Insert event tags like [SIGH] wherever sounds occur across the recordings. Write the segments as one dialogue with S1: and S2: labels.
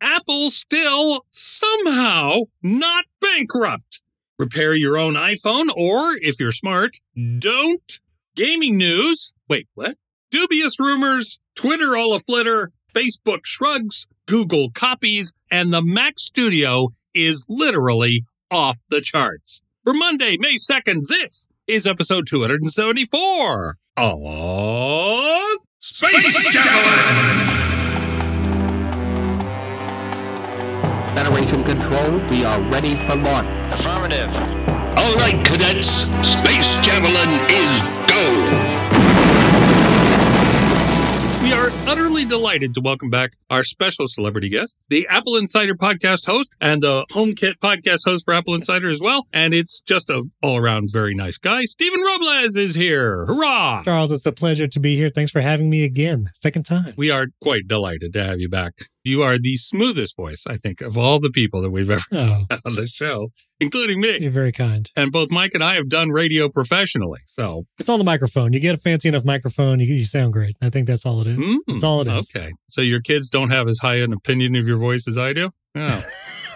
S1: Apple still somehow not bankrupt. Repair your own iPhone, or if you're smart, don't. Gaming news. Wait, what? Dubious rumors. Twitter all a flitter. Facebook shrugs. Google copies. And the Mac Studio is literally off the charts. For Monday, May 2nd, this is episode 274 of Space, Javelin!
S2: Federation Control, we are ready for launch.
S3: Affirmative.
S4: All right, cadets, Space Javelin is go!
S1: We are utterly delighted to welcome back our special celebrity guest, the Apple Insider podcast host and the HomeKit podcast host for Apple Insider as well. And it's just a all around very nice guy. Stephen Robles is here. Hurrah!
S5: Charles, it's a pleasure to be here. Thanks for having me again, second time.
S1: We are quite delighted to have you back. You are the smoothest voice, I think, of all the people that we've [LAUGHS] ever
S5: Oh,
S1: had on the show, including me.
S5: [LAUGHS] you're very kind.
S1: And both Mike and I have done radio professionally. So,
S5: It's on the microphone. You get a fancy enough microphone, you, you sound great. I think that's all it is.
S1: mm,
S5: That's all it is.
S1: Okay. So, your kids don't have as high an opinion of your voice as I do?
S5: [LAUGHS]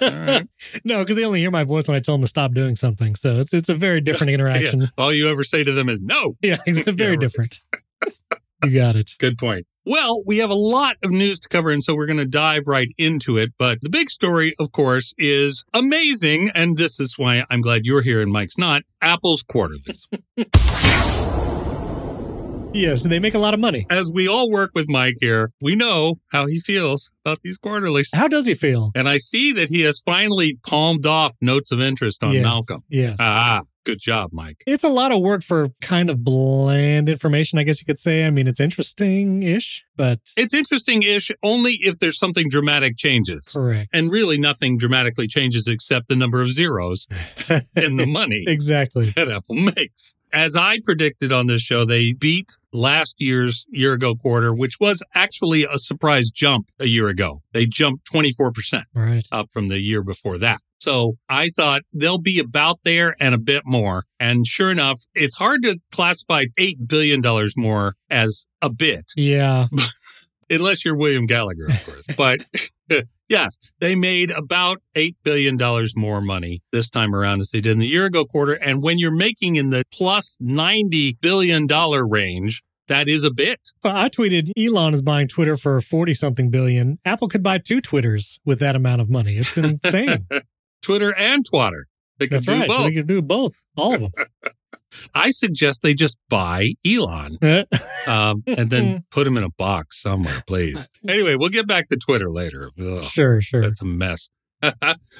S1: Oh. All right.
S5: no, because they only hear my voice when I tell them to stop doing something. So it's it's a very different interaction.
S1: [LAUGHS] Yeah.
S5: yeah.
S1: All you ever say to them is no. [LAUGHS]
S5: it's
S1: Yeah,
S5: very
S1: right.
S5: different. you got it.
S1: Good point. Well, we have a lot of news to cover, and so we're going to dive right into it. But the big story, of course, is amazing. And this is why I'm glad you're here and Mike's not Apple's
S5: [LAUGHS]
S1: quarterlies.
S5: Yes, and they make a lot of money.
S1: As we all work with Mike here, we know how he feels about these quarterlies.
S5: How does he feel?
S1: And I see that he has finally palmed off notes of interest on
S5: Yes,
S1: Malcolm.
S5: Yes.
S1: Ah, good job, Mike.
S5: it's a lot of work for kind of bland information, I guess you could say. I mean, it's interesting ish, but
S1: It's interesting ish only if there's something dramatic changes.
S5: correct.
S1: And really, nothing dramatically changes except the number of zeros [LAUGHS] in the money
S5: [LAUGHS] exactly.
S1: that Apple makes. As I predicted on this show, they beat last year's year ago quarter, which was actually a surprise jump a year ago. They jumped 24%
S5: All right.
S1: up from the year before that. So I thought they'll be about there and a bit more. And sure enough, it's hard to classify $8 billion more as a bit
S5: Yeah.
S1: unless you're William Gallagher, of course. But [LAUGHS] yes, they made about $8 billion more money this time around as they did in the year ago quarter. And when you're making in the plus $90 billion range, that is a bit.
S5: Well, Uh, I tweeted Elon is buying Twitter for 40 something billion. Apple could buy two Twitters with that amount of
S1: [LAUGHS]
S5: money. It's insane.
S1: Twitter and Twitter. They could
S5: That's
S1: do
S5: right.
S1: both.
S5: They could do both, all of
S1: I suggest they just buy Elon [LAUGHS]
S5: them.
S1: um, and then put him in a box somewhere, please. Anyway, we'll get back to Twitter later. Ugh.
S5: [LAUGHS] sure, sure.
S1: That's a mess. [LAUGHS]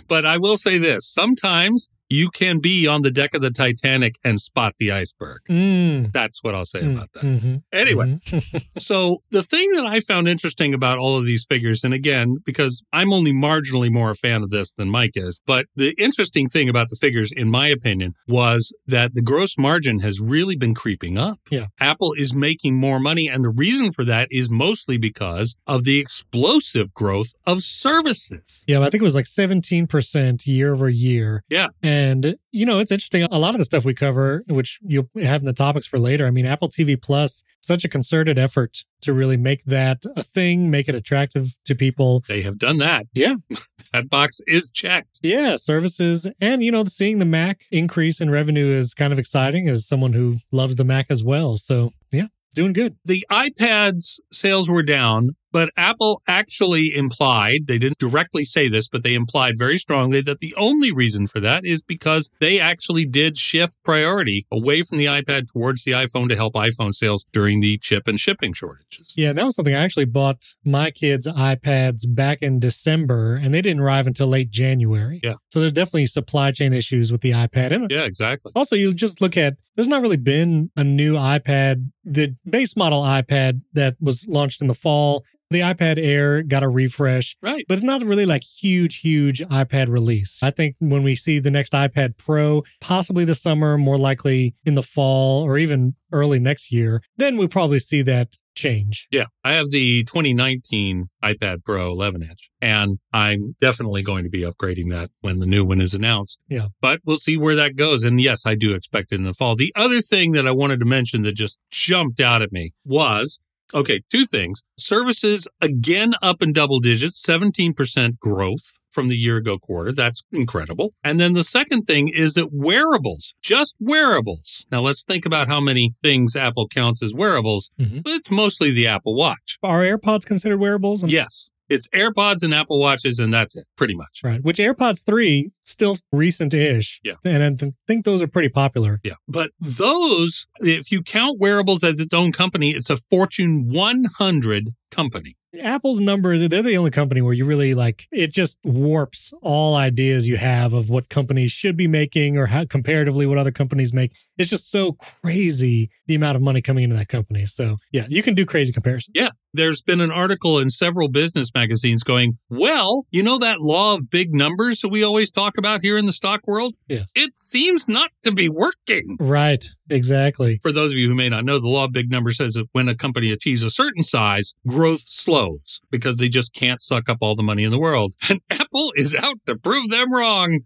S1: but I will say this sometimes you can be on the deck of the Titanic and spot the
S5: [LAUGHS]
S1: iceberg.
S5: Mm,
S1: That's what I'll say
S5: mm,
S1: about that.
S5: mhm,
S1: Anyway,
S5: mhm.
S1: so the thing that I found interesting about all of these figures, and again, because I'm only marginally more a fan of this than Mike is, but the interesting thing about the figures, in my opinion, was that the gross margin has really been creeping up.
S5: Yeah.
S1: Apple is making more money. And the reason for that is mostly because of the explosive growth of services.
S5: Yeah, I think it was like 17% year over year.
S1: Yeah.
S5: And, you know, it's interesting. A lot of the stuff we cover, which you'll have in the topics for later, I mean, Apple TV Plus, such a concerted effort to really make that a thing, make it attractive to people.
S1: They have done that.
S5: Yeah.
S1: [LAUGHS] that box is checked.
S5: Yeah, services. And, you know, seeing the Mac increase in revenue is kind of exciting as someone who loves the Mac as well. So, yeah, doing good.
S1: The iPad's sales were down, but Apple actually implied, they didn't directly say this, but they implied very strongly that the only reason for that is because they actually did shift priority away from the iPad towards the iPhone to help iPhone sales during the chip and shipping shortages.
S5: Yeah, that was something I actually bought my kids' iPads back in December, and they didn't arrive until late January.
S1: Yeah.
S5: So there's definitely supply chain issues with the iPad. And
S1: Yeah, exactly.
S5: also, you just look at there's not really been a new iPad. The base model iPad that was launched in the fall, the iPad Air got a refresh.
S1: Right.
S5: But it's not really like huge, huge iPad release. I think when we see the next iPad Pro, possibly this summer, more likely in the fall or even early next year, then we probably see that change.
S1: Yeah, I have the 2019 iPad Pro 11 inch, and I'm definitely going to be upgrading that when the new one is announced.
S5: Yeah.
S1: But we'll see where that goes. And yes, I do expect it in the fall. The other thing that I wanted to mention that just jumped out at me was Okay, two things. Services again up in double digits, 17% growth from the year ago quarter. That's incredible. And then the second thing is that wearables, just wearables. Now let's think about how many things Apple counts as wearables.
S5: Mhm.
S1: But it's mostly the Apple Watch.
S5: Are AirPods considered wearables? I'm-
S1: Yes, it's AirPods and Apple Watches, and that's it, pretty much.
S5: Right. Which AirPods 3 still recent ish.
S1: Yeah.
S5: And I th- think those are pretty popular.
S1: Yeah. But those, if you count wearables as its own company, it's a Fortune 100 company.
S5: Apple's numbers, they're the only company where you really like it just warps all ideas you have of what companies should be making or how comparatively what other companies make. It's just so crazy the amount of money coming into that company. So, yeah, you can do crazy comparisons.
S1: there's been an article in several business magazines going, well, you know that law of big numbers that we always talk about here in the stock world?
S5: Yes.
S1: It seems not to be working.
S5: Right. Exactly.
S1: For those of you who may not know, the law of big numbers says that when a company achieves a certain size, growth slows because they just can't suck up all the money in the world. [LAUGHS] And Apple is out to prove them wrong.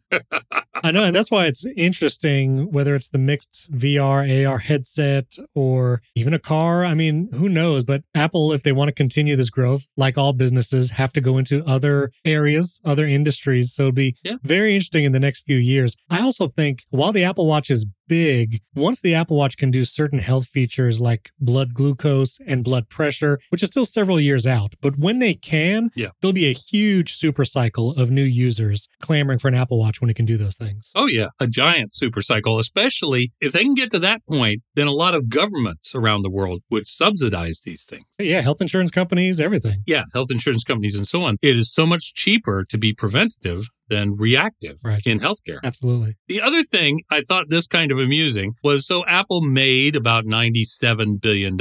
S5: I know, and that's why it's interesting whether it's the mixed VR, AR headset, or even a car. I mean, who knows? But Apple, if they want to continue this growth, like all businesses, have to go into other areas, other industries. So it'll be
S1: Yeah.
S5: very interesting in the next few years. I also think while the Apple Watch is big, once the Apple Watch can do certain health features like blood glucose and blood pressure, which is still several years out, but when they can,
S1: Yeah.
S5: there'll be a huge super cycle of new users clamoring for an Apple Watch when it can do those things.
S1: Oh, yeah, a giant supercycle, especially if they can get to that point, then a lot of governments around the world would subsidize these things.
S5: Yeah, health insurance companies, everything.
S1: yeah, health insurance companies and so on, it is so much cheaper to be preventative than reactive
S5: Right.
S1: in healthcare.
S5: Absolutely.
S1: The other thing I thought this kind of amusing was so Apple made about $97 billion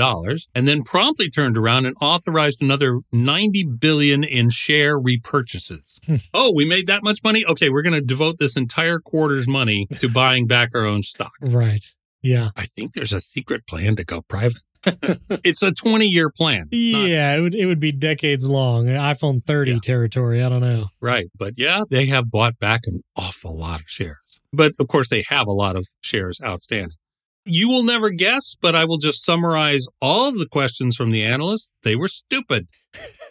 S1: and then promptly turned around and authorized another $90 billion in share repurchases. oh, we made that much money? Okay, we're going to devote this entire quarter's money to buying back our own stock.
S5: Right. Yeah.
S1: I think there's a secret plan to go private. it's a 20 year plan. It's not
S5: yeah, it would it would be decades long. uh, iPhone 30
S1: Yeah.
S5: territory. I don't know.
S1: Right. But yeah, they have bought back an awful lot of shares. But of course, they have a lot of shares outstanding. You will never guess, but I will just summarize all of the questions from the analysts. They were stupid.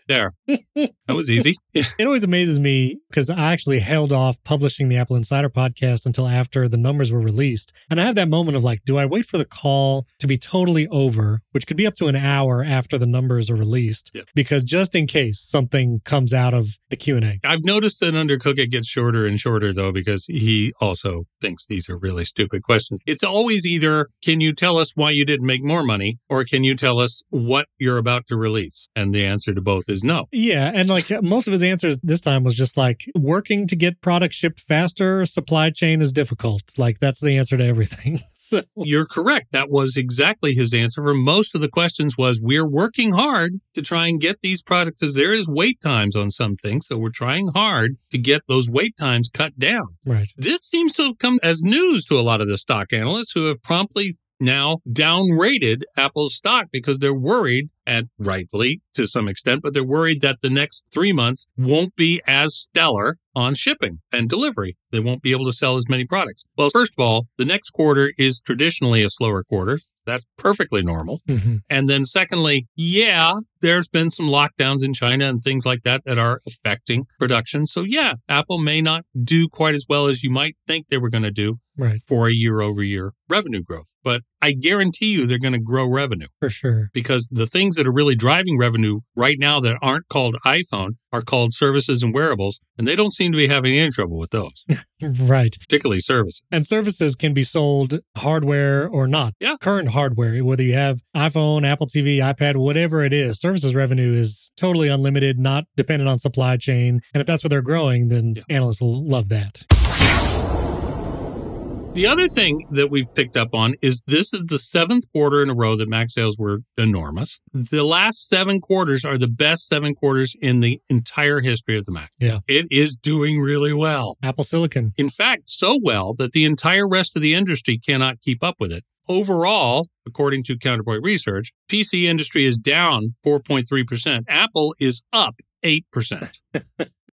S1: There. That was easy.
S5: It always amazes me because I actually held off publishing the Apple Insider podcast until after the numbers were released. And I have that moment of like, do I wait for the call to be totally over, which could be up to an hour after the numbers are released,
S1: Yeah.
S5: because just in case something comes out of the Q&A.
S1: I've noticed that Undercook it gets shorter and shorter though, because he also thinks these are really stupid questions. It's always either can you tell us why you didn't make more money, or can you tell us what you're about to release? And the answer to both is no.
S5: Yeah, and like uh, most of his answers this time was just like working to get product shipped faster, supply chain is difficult. Like that's the answer to everything. [LAUGHS] So
S1: You're correct. That was exactly his answer for most of the questions was we're working hard to try and get these products because there is wait times on some things. So we're trying hard to get those wait times cut down.
S5: right.
S1: This seems to have come as news to a lot of the stock analysts who have promptly now downrated Apple's stock because they're worried, and rightfully to some extent, but they're worried that the next three months won't be as stellar on shipping and delivery. They won't be able to sell as many products. Well, first of all, the next quarter is traditionally a slower quarter. That's perfectly normal.
S5: Mhm.
S1: And then, secondly, yeah, there's been some lockdowns in China and things like that that are affecting production. So, yeah, Apple may not do quite as well as you might think they were going to do
S5: Right,
S1: for a year over year revenue growth. But I guarantee you they're going to grow revenue
S5: for sure.
S1: because the things that are really driving revenue right now that aren't called iPhone are called services and wearables. And they don't seem to be having any trouble with those,
S5: Right.
S1: particularly services.
S5: And services can be sold hardware or not.
S1: Yeah.
S5: Current hardware, whether you have iPhone, Apple TV, iPad, whatever it is, services revenue is totally unlimited, not dependent on supply chain. And if that's what they're growing, then
S1: Yeah.
S5: analysts will love that.
S1: The other thing that we've picked up on is this is the seventh quarter in a row that Mac sales were enormous. The last seven quarters are the best seven quarters in the entire history of the Mac.
S5: Yeah.
S1: It is doing really well.
S5: Apple Silicon.
S1: In fact, so well that the entire rest of the industry cannot keep up with it. Overall, according to Counterpoint Research, PC industry is down 4.3%. Apple is up 8%.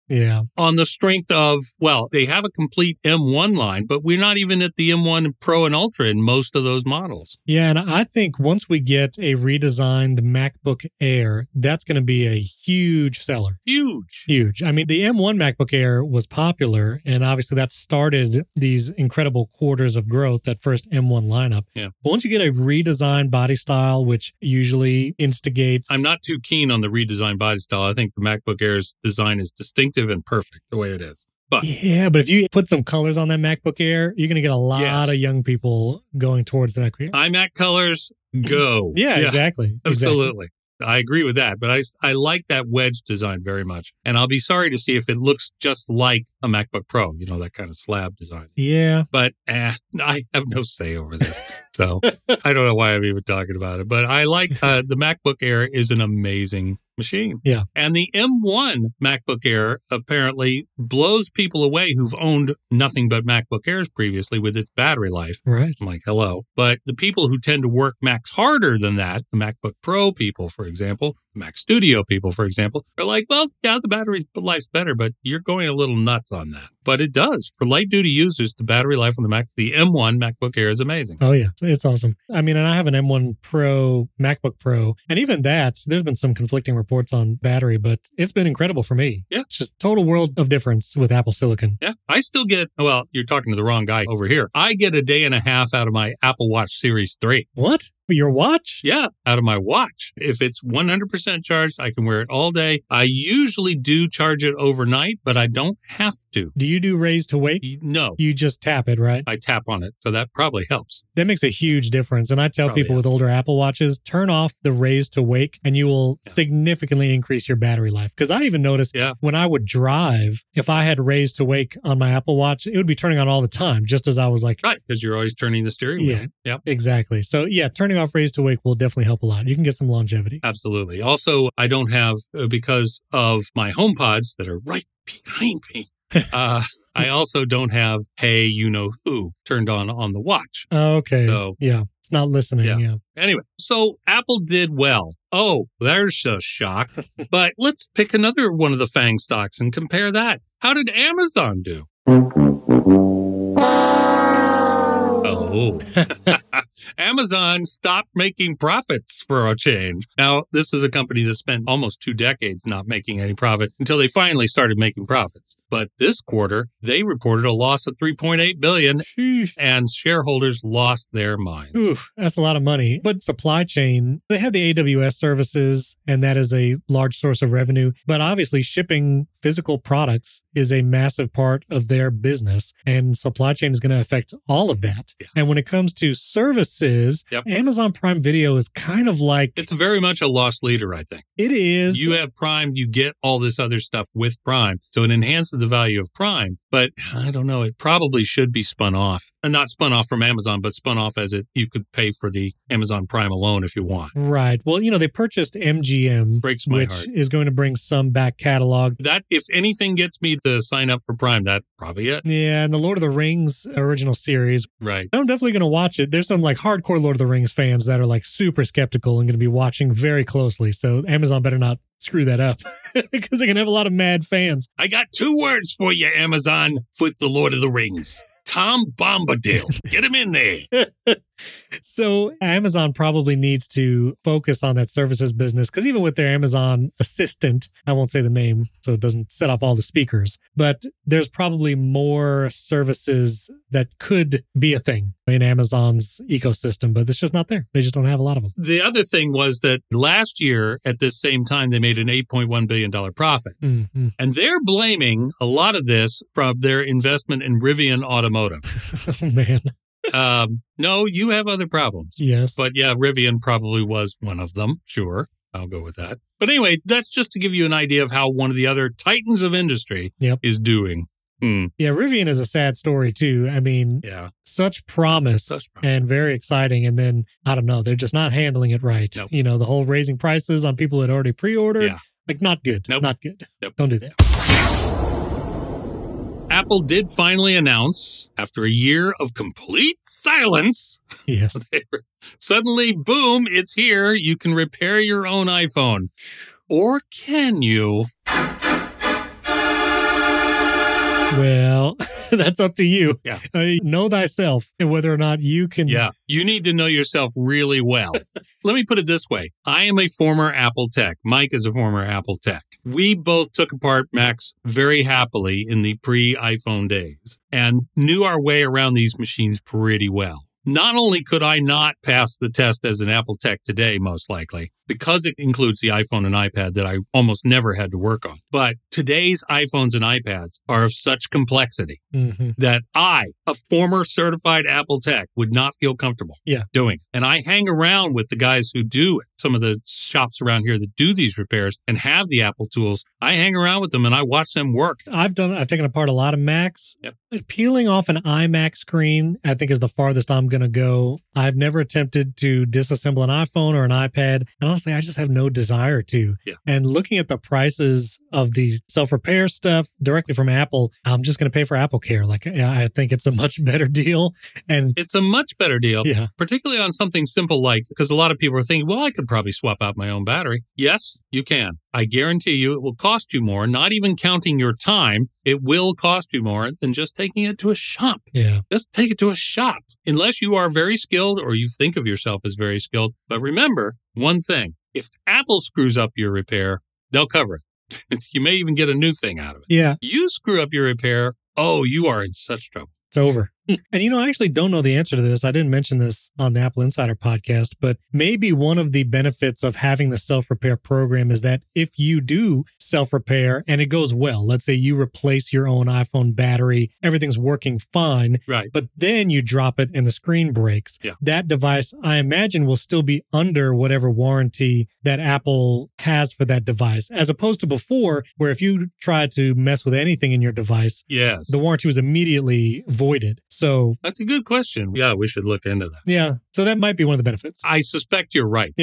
S5: Yeah.
S1: on the strength of, well, they have a complete M1 line, but we're not even at the M1 Pro and Ultra in most of those models.
S5: Yeah. And I think once we get a redesigned MacBook Air, that's going to be a huge seller.
S1: Huge.
S5: Huge. I mean, the M1 MacBook Air was popular, and obviously that started these incredible quarters of growth, that first M1 lineup.
S1: Yeah.
S5: But once you get a redesigned body style, which usually instigates.
S1: I'm not too keen on the redesigned body style. I think the MacBook Air's design is distinctive and perfect the way it is. But
S5: Yeah, but if you put some colors on that MacBook Air, you're going to get a lot
S1: Yes. Uh,
S5: of young people going towards the MacBook Air.
S1: iMac colors, go.
S5: [LAUGHS] yeah, exactly. Exactly.
S1: [LAUGHS] Absolutely. I agree with that, but I, I like that wedge design very much. And I'll be sorry to see if it looks just like a MacBook Pro, you know, that kind of slab design.
S5: Yeah.
S1: But eh, I have no say over this. So I don't know why I'm even talking about it. But I like uh, the MacBook Air is an amazing machine.
S5: Yeah.
S1: And the M1 MacBook Air apparently blows people away who've owned nothing but MacBook Airs previously with its battery life.
S5: Right.
S1: I'm like, hello. But the people who tend to work Macs harder than that, the MacBook Pro people, for example, the Mac Studio people, for example, are like, well, yeah, the battery life's better, but you're going a little nuts on that. But it does. For light duty users, the battery life on the Mac, the M1 MacBook Air is amazing.
S5: Oh yeah, it's awesome. I mean, and I have an M1 Pro MacBook Pro, and even that, there's been some conflicting reports on battery, but it's been incredible for me.
S1: Yeah.
S5: it's just total world of difference with Apple Silicon.
S1: Yeah, I still get, well, you're talking to the wrong guy over here. I get a day and a half out of my Apple Watch Series 3.
S5: What? Your watch?
S1: Yeah, out of my watch. If it's 100% charged, I can wear it all day. I usually do charge it overnight, but I don't have to.
S5: Do you do raise to wake?
S1: Y- No,
S5: You just tap it, right?
S1: I tap on it. So that probably helps.
S5: That makes a huge difference. And I tell
S1: Probably,
S5: people
S1: yeah.
S5: with older Apple Watches, turn off the raise to wake and you will
S1: Yeah.
S5: significantly increase your battery life. Cause I even noticed
S1: Yeah.
S5: when I would drive, if I had raise to wake on my Apple Watch, it would be turning on all the time, just as I was like,
S1: Right. Because you're always turning the steering wheel.
S5: Yeah.
S1: Yep.
S5: exactly. So yeah, turning off raise to wake will definitely help a lot. You can get some longevity.
S1: Absolutely. Also, I don't have, uh, because of my home pods that are right behind me, uh, I also don't have Hey, you know who turned on on the watch.
S5: Okay.
S1: So
S5: Yeah. It's not listening.
S1: Yeah.
S5: Yeah.
S1: Anyway, so Apple did well. Oh, there's a shock. but let's pick another one of the FANG stocks and compare that. How did Amazon do? Oh, [LAUGHS] Amazon stopped making profits for a change. Now, this is a company that spent almost two decades not making any profit until they finally started making profits. But this quarter, they reported a loss of 3.8 billion
S5: Sheesh.
S1: and shareholders lost their minds.
S5: Oof, that's a lot of money. But supply chain, they have the AWS services, and that is a large source of revenue. But obviously, shipping physical products is a massive part of their business, and supply chain is going to affect all of that.
S1: Yeah.
S5: And when it comes to services,
S1: Yep.
S5: Amazon Prime Video is kind of like
S1: It's very much a loss leader, I think.
S5: it is.
S1: You have Prime, you get all this other stuff with Prime. So it enhances the value of Prime. But I don't know, it probably should be spun off. And not spun off from Amazon, but spun off as it you could pay for the Amazon Prime alone if you want.
S5: Right. Well, you know, they purchased MGM,
S1: Breaks my
S5: which
S1: heart.
S5: is going to bring some back catalog.
S1: That if anything gets me to sign up for Prime, that's probably it.
S5: Yeah, and the Lord of the Rings original series.
S1: Right.
S5: I'm definitely going to watch it. There's some like hardcore Lord of the Rings fans that are like super skeptical and going to be watching very closely. So Amazon better not screw that up [LAUGHS] because they can have a lot of mad fans.
S1: I got two words for you, Amazon, with the Lord of the Rings. Tom
S5: [LAUGHS]
S1: Bombadil. Get him in there.
S5: So Amazon probably needs to focus on that services business because even with their Amazon assistant, I won't say the name so it doesn't set off all the speakers, but there's probably more services that could be a thing in Amazon's ecosystem, but it's just not there. They just don't have a lot of them.
S1: The other thing was that last year at this same time they made an 8.1 billion dollar profit.
S5: Mm-hmm. [LAUGHS]
S1: And they're blaming a lot of this from their investment in Rivian
S5: [LAUGHS]
S1: Automotive.
S5: oh, man.
S1: um, no, you have other problems.
S5: Yes.
S1: But yeah, Rivian probably was one of them. Sure. I'll go with that. But anyway, that's just to give you an idea of how one of the other titans of industry
S5: Yep.
S1: is doing. Hmm.
S5: yeah, Rivian is a sad story too. I mean,
S1: yeah.
S5: such promise,
S1: Such promise.
S5: and very exciting. And then I don't know, they're just not handling it right.
S1: Nope.
S5: You know, the whole raising prices on people that already pre-ordered,
S1: Yeah.
S5: like not good,
S1: Nope.
S5: not good.
S1: Nope.
S5: Don't do that.
S1: Apple did finally announce, after a year of complete silence, [LAUGHS]
S5: Yes,
S1: Suddenly, boom, it's here. You can repair your own iPhone. Or can you?
S5: Well, [LAUGHS] that's up to you.
S1: Yeah.
S5: Uh, know thyself and whether or not you can.
S1: Yeah. You need to know yourself really well. Let me put it this way I am a former Apple tech. Mike is a former Apple tech. We both took apart Macs very happily in the pre iPhone days and knew our way around these machines pretty well. Not only could I not pass the test as an Apple tech today, most likely, because it includes the iPhone and iPad that I almost never had to work on, but today's iPhones and iPads are of such complexity
S5: Mhm.
S1: that I, a former certified Apple tech, would not feel comfortable
S5: Yeah.
S1: doing. And I hang around with the guys who do it, some of the shops around here that do these repairs and have the Apple tools. I hang around with them and I watch them work.
S5: I've done. I've taken apart a lot of Macs. Uh,
S1: Yep.
S5: Peeling off an iMac screen, I think, is the farthest I'm going to go. I've never attempted to disassemble an iPhone or an iPad, and honestly, I just have no desire to.
S1: Yeah.
S5: And looking at the prices of these self-repair stuff directly from Apple, I'm just going to pay for Apple Care. Like, yeah, I think it's a much better deal. And
S1: It's a much better deal,
S5: yeah,
S1: particularly on something simple like, because a lot of people are thinking, well, I could probably swap out my own battery. Yes, you can. I guarantee you it will cost you more, not even counting your time. It will cost you more than just taking it to a shop.
S5: yeah,
S1: just take it to a shop unless you are very skilled or you think of yourself as very skilled. But remember one thing if Apple screws up your repair, they'll cover it. [LAUGHS] you may even get a new thing out of it.
S5: yeah.
S1: You screw up your repair, oh, you are in such trouble.
S5: It's over.
S1: Hmm.
S5: and you know, I actually don't know the answer to this. I didn't mention this on the Apple Insider podcast, but maybe one of the benefits of having the self repair program is that if you do self repair and it goes well, let's say you replace your own iPhone battery, everything's working fine,
S1: Right.
S5: but then you drop it and the screen breaks.
S1: Yeah.
S5: That device, I imagine, will still be under whatever warranty that Apple has for that device, as opposed to before, where if you try to mess with anything in your device,
S1: Yes.
S5: the warranty was immediately voided. So,
S1: That's a good question. Yeah, we should look into that.
S5: yeah, so that might be one of the benefits.
S1: I suspect you're right.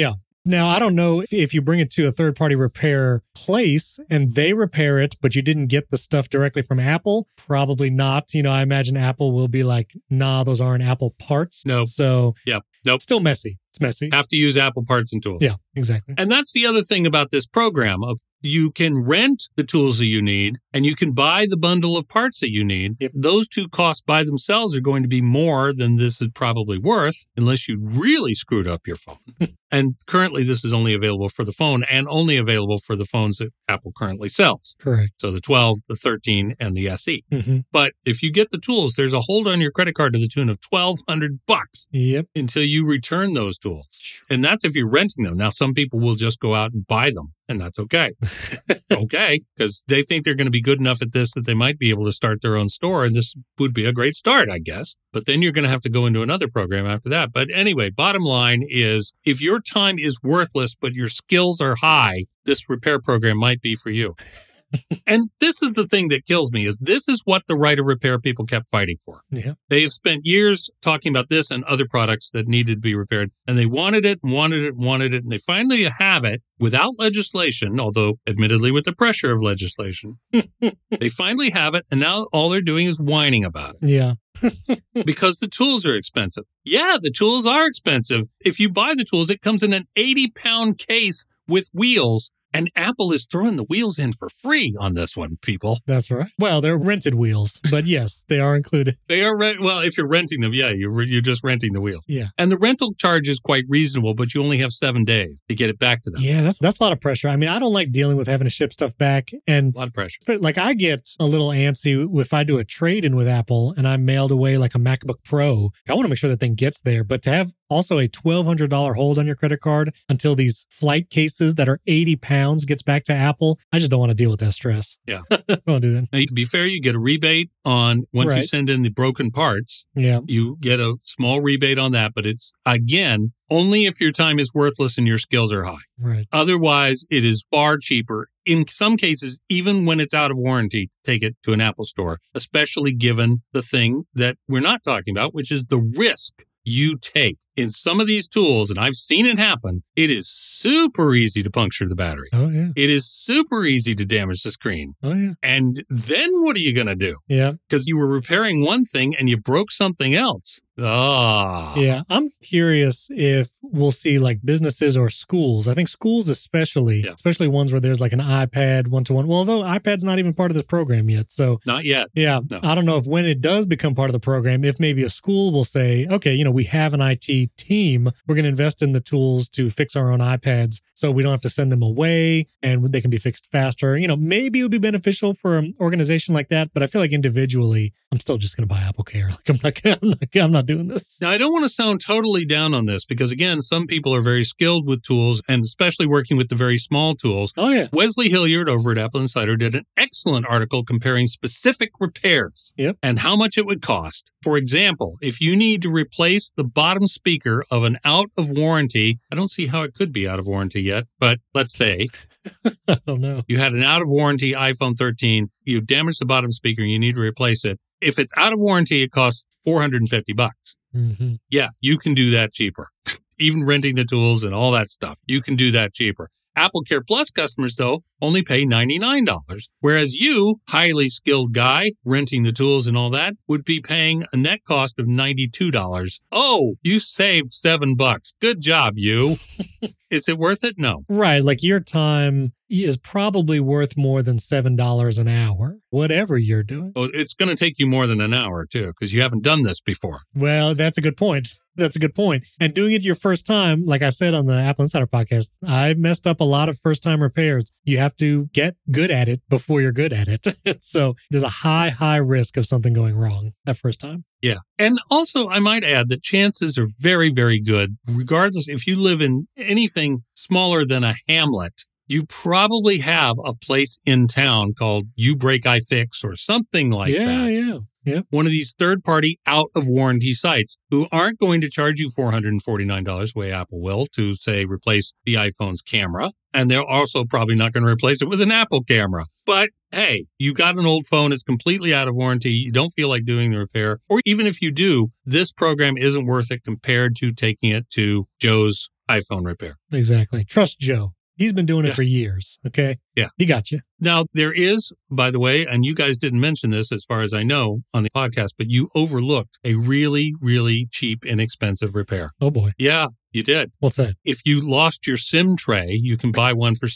S5: Now, I don't know if, if you bring it to a third party repair place and they repair it, but you didn't get the stuff directly from Apple, probably not. You know, I imagine Apple will be like, nah, those aren't Apple parts.
S1: Nope.
S5: So,
S1: Yep. Nope.
S5: Still messy. It's messy.
S1: Have to use Apple parts and tools.
S5: Yeah, exactly.
S1: And that's the other thing about this program of you can rent the tools that you need and you can buy the bundle of parts that you need.
S5: Yep.
S1: Those two costs by themselves are going to be more than this is probably worth unless you really screwed up your phone. and currently this is only available for the phone and only available for the phones that Apple currently sells.
S5: Correct.
S1: So the 12, the 13 and the SE.
S5: hmm
S1: But if you get the tools, there's a hold on your credit card to the tune of 1200 bucks
S5: Yep.
S1: until you return those tools. And that's if you're renting them. Now, some people will just go out and buy them, and that's okay. okay, because they think they're going to be good enough at this that they might be able to start their own store. And this would be a great start, I guess. But then you're going to have to go into another program after that. But anyway, bottom line is if your time is worthless, but your skills are high, this repair program might be for you. and this is the thing that kills me is this is what the right of repair people kept fighting for.
S5: Yeah.
S1: They have spent years talking about this and other products that needed to be repaired, and they wanted it, wanted it, wanted it, and they finally have it without legislation, although admittedly with the pressure of legislation. they finally have it, and now all they're doing is whining about
S5: Yeah.
S1: it because the tools are expensive. Yeah, the tools are expensive. If you buy the tools, it comes in an 80 pound case with wheels, and Apple is throwing the wheels in for free on this one, people.
S5: That's right. Well, they're rented wheels, but [LAUGHS] yes, they are included.
S1: They are rent. Well, if you're renting them, yeah, you're you're just renting the wheels.
S5: Yeah.
S1: and the rental charge is quite reasonable, but you only have seven days to get it back to them.
S5: Yeah, that's that's a lot of pressure. I mean, I don't like dealing with having to ship stuff back and
S1: A lot of pressure.
S5: But like I get a little antsy if I do a trade in with Apple and I mailed away like a MacBook Pro. I want to make sure that thing gets there. But to have also a twelve hundred dollar hold on your credit card until these flight cases that are eighty pounds gets back to Apple, I just don't want to deal with that stress.
S1: Yeah.
S5: [LAUGHS] I don't want to do that.
S1: Now, to be fair, you get a rebate on once you
S5: Right.
S1: send in the broken parts.
S5: Yeah,
S1: You get a small rebate on that, but it's again only if your time is worthless and your skills are high.
S5: right.
S1: Otherwise, it is far cheaper. In some cases, even when it's out of warranty, to take it to an Apple store, especially given the thing that we're not talking about, which is the risk you take in some of these tools. And I've seen it happen. It is super easy to puncture the battery.
S5: Oh yeah.
S1: It is super easy to damage the screen.
S5: Oh yeah.
S1: And then what are you going to do?
S5: Yeah.
S1: Because you were repairing one thing and you broke something else. Ah.
S5: Yeah, I'm curious if we'll see like businesses or schools. I think schools, especially,
S1: Yeah.
S5: especially ones where there's like an iPad one to one. Well, although iPad's not even part of this program yet, so
S1: Not yet.
S5: yeah,
S1: No.
S5: I don't know if when it does become part of the program, if maybe a school will say, okay, you know, we have an IT team. We're going to invest in the tools to fix our own iPads so we don't have to send them away and they can be fixed faster. You know, maybe it would be beneficial for an organization like that, but I feel like individually, I'm still just going to buy Apple Care. [LAUGHS] Like, I'm not, I'm not, I'm not doing this.
S1: Now, I don't want to sound totally down on this because, again, some people are very skilled with tools and especially working with the very small tools.
S5: Oh, yeah.
S1: Wesley Hilliard over at Apple Insider did an excellent article comparing specific repairs
S5: Yep.
S1: and how much it would cost. For example, if you need to replace the bottom speaker of an out of warranty, I don't see how it could be out of warranty yet, but let's say
S5: [LAUGHS] I don't know.
S1: you had an out of warranty iPhone 13, you damaged the bottom speaker, you need to replace it. If it's out of warranty, it costs 450 bucks.
S5: Mhm.
S1: Yeah, you can do that cheaper. [LAUGHS] Even renting the tools and all that stuff, you can do that cheaper. Apple Care Plus customers, though, only pay $99, whereas you, highly skilled guy renting the tools and all that, would be paying a net cost of $92. Oh, you saved seven bucks. Good job, you. Is it worth it? No.
S5: Right. Like your time is probably worth more than $7 an hour, whatever you're doing.
S1: Well, Oh, it's going to take you more than an hour, too, because you haven't done this before.
S5: Well, that's a good point. That's a good point. And doing it your first time, like I said on the Apple Insider podcast, I messed up a lot of first time repairs. You have to get good at it before you're good at it. [LAUGHS] so there's a high, high risk of something going wrong that first time.
S1: Yeah. And also, I might add that chances are very, very good. Regardless, if you live in anything smaller than a hamlet, you probably have a place in town called You Break, I Fix or something like
S5: yeah,
S1: that.
S5: yeah.
S1: One of these third party out of warranty sites who aren't going to charge you $449, the way Apple will, to say replace the iPhone's camera. And they're also probably not going to replace it with an Apple camera. But hey, you got an old phone, it's completely out of warranty, you don't feel like doing the repair, or even if you do, this program isn't worth it compared to taking it to Joe's iPhone repair.
S5: Exactly. Trust Joe. He's been doing it
S1: Yeah.
S5: for years. Okay.
S1: Yeah.
S5: He got you.
S1: Now, there is, by the way, and you guys didn't mention this as far as I know on the podcast, but you overlooked a really, really cheap, inexpensive repair.
S5: Oh boy.
S1: Yeah, you did.
S5: What's that?
S1: If you lost your SIM tray, you can buy one for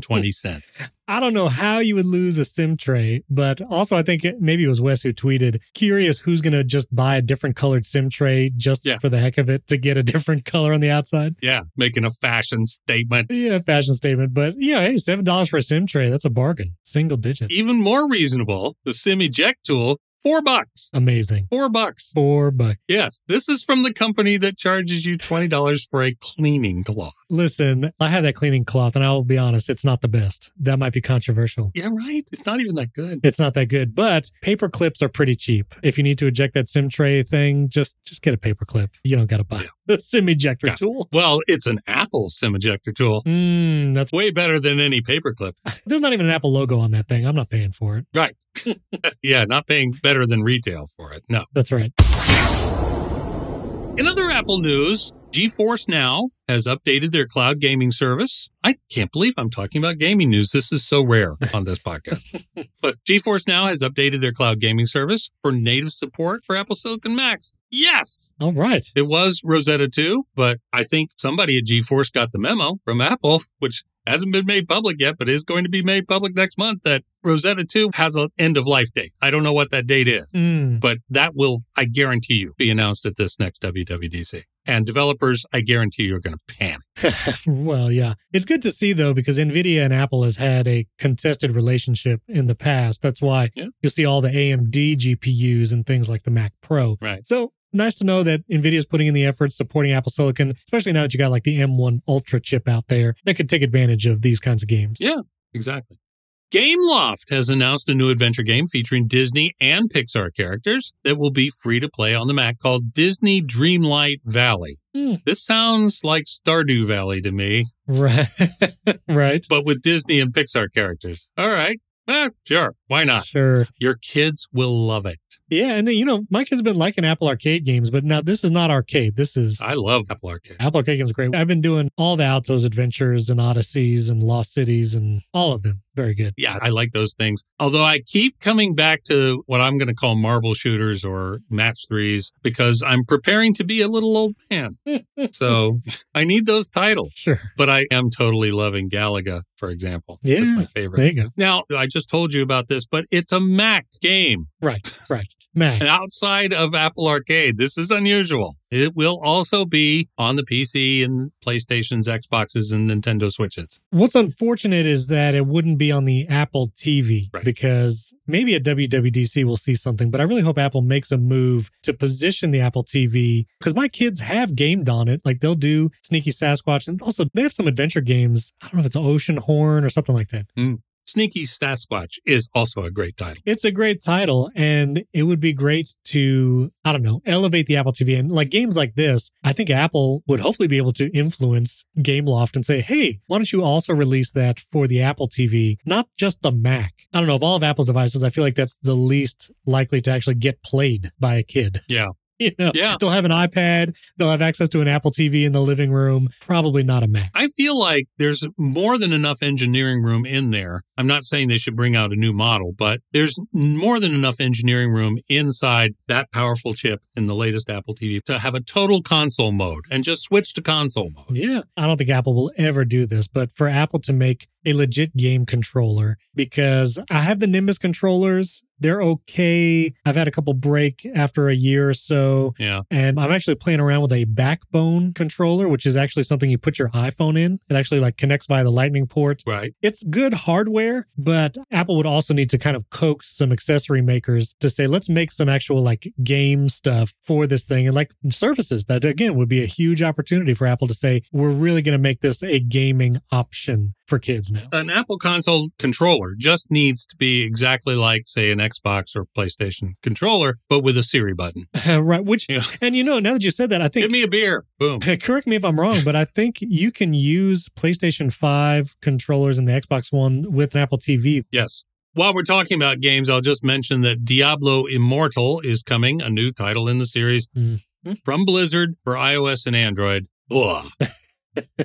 S1: $7.20.
S5: I don't know how you would lose a sim tray, but also I think it, maybe it was Wes who tweeted, curious who's going to just buy a different colored sim tray just
S1: Yeah.
S5: for the heck of it to get a different [LAUGHS] color on the outside.
S1: yeah, making a fashion statement.
S5: Yeah, fashion statement. But yeah, hey, $7 for a sim tray. That's a bargain. Single digits.
S1: Even more reasonable, the SIM eject tool, four bucks.
S5: Amazing.
S1: Four bucks.
S5: Four bucks.
S1: Yes, this is from the company that charges you $20 for a cleaning cloth.
S5: Listen, I have that cleaning cloth and I'll be honest, it's not the best. That might be controversial.
S1: Yeah, right? It's not even that good.
S5: It's not that good, but paper clips are pretty cheap. If you need to eject that sim tray thing, just just get a paper clip. You don't got to buy [LAUGHS] the sim ejector
S1: Yeah.
S5: tool.
S1: Well, it's an Apple SIM ejector tool.
S5: Mm, that's
S1: It's way better than any paperclip.
S5: There's not even an Apple logo on that thing. I'm not paying for it.
S1: Right. yeah, not paying better than retail for it. No.
S5: That's right.
S1: In other Apple news, GeForce Now has updated their cloud gaming service. I can't believe I'm talking about gaming news. This is so rare on this podcast. but GeForce Now has updated their cloud gaming service for native support for Apple Silicon Macs. Yes,
S5: All right.
S1: it was Rosetta 2, but I think somebody at GeForce got the memo from Apple, which hasn't been made public yet, but is going to be made public next month that Rosetta 2 has an end of life date. I don't know what that date is
S5: Mm. [LAUGHS]
S1: but that will, I guarantee you, be announced at this next WWDC. And developers, I guarantee you, are going to panic.
S5: Well, yeah. It's good to see though because Nvidia and Apple has had a contested relationship in the past. That's why
S1: Yeah.
S5: you'll see all the AMD GPUs and things like the Mac Pro.
S1: Right.
S5: So nice to know that Nvidia's putting in the efforts supporting Apple Silicon, especially now that you got like the M1 Ultra chip out there that could take advantage of these kinds of games.
S1: Yeah. Exactly. Gameloft has announced a new adventure game featuring Disney and Pixar characters that will be free to play on the Mac called Disney Dreamlight Valley.
S5: Hmm.
S1: This sounds like Stardew Valley to me,
S5: [LAUGHS] Right. right.
S1: but with Disney and Pixar characters. All right. Eh, sure. Why not?
S5: Sure.
S1: Your kids will love it.
S5: Yeah, and you know, Mike has been liking Apple Arcade games, but now this is not arcade. This is
S1: I love Apple Arcade.
S5: Apple Arcade games are great. I've been doing all the Altos adventures and Odysseys and Lost Cities and all of them. Very good.
S1: Yeah, I like those things. Although I keep coming back to what I'm going to call marble shooters or match threes because I'm preparing to be a little old man. so I need those titles.
S5: Sure.
S1: But I am totally loving Galaga, for example. That's
S5: Yeah.
S1: my favorite.
S5: There you go.
S1: Now, I just told you about this, but it's a Mac game.
S5: Right. Right. Mac.
S1: And outside of Apple Arcade, this is unusual. It will also be on the PC and PlayStation's, Xboxes, and Nintendo Switches.
S5: What's unfortunate is that it wouldn't be on the Apple TV
S1: Right.
S5: because maybe at WWDC we'll see something, but I really hope Apple makes a move to position the Apple TV because my kids have gamed on it. Like they'll do Sneaky Sasquatch and also they have some adventure games. I don't know if it's Ocean Horn or something like that.
S1: Sneaky Sasquatch is also a great title.
S5: It's a great title and it would be great to, I don't know, elevate the Apple TV. And like games like this, I think Apple would hopefully be able to influence Gameloft and say, hey, why don't you also release that for the Apple TV, not just the Mac? I don't know, of all of Apple's devices, I feel like that's the least likely to actually get played by a kid. [LAUGHS]
S1: Yeah.
S5: You know,
S1: Yeah.
S5: they'll have an iPad, they'll have access to an Apple TV in the living room, probably not a Mac.
S1: I feel like there's more than enough engineering room in there. I'm not saying they should bring out a new model, but there's more than enough engineering room inside that powerful chip in the latest Apple TV to have a total console mode and just switch to console mode.
S5: Yeah. I don't think Apple will ever do this, but for Apple to make a legit game controller, because I have the Nimbus controllers, they're okay. I've had a couple break after a year or so.
S1: Yeah.
S5: And I'm actually playing around with a backbone controller, which is actually something you put your iPhone in. It actually like connects via the lightning port.
S1: Right.
S5: It's good hardware, but Apple would also need to kind of coax some accessory makers to say, let's make some actual like game stuff for this thing. And like surfaces, that again would be a huge opportunity for Apple to say, we're really going to make this a gaming option for kids now. [LAUGHS]
S1: An Apple console controller just needs to be exactly like, say, an Xbox or PlayStation controller, but with a Siri button.
S5: right. Which,
S1: Yeah.
S5: and you know, now that you said that, I think
S1: Give me a beer. Boom.
S5: [LAUGHS] Correct me if I'm wrong, but I think you can use PlayStation 5 controllers and the Xbox One with an Apple TV.
S1: Yes. While we're talking about games, I'll just mention that Diablo Immortal is coming, a new title in the series
S5: Mhm.
S1: from Blizzard for iOS and Android.
S5: [LAUGHS]
S1: Ugh.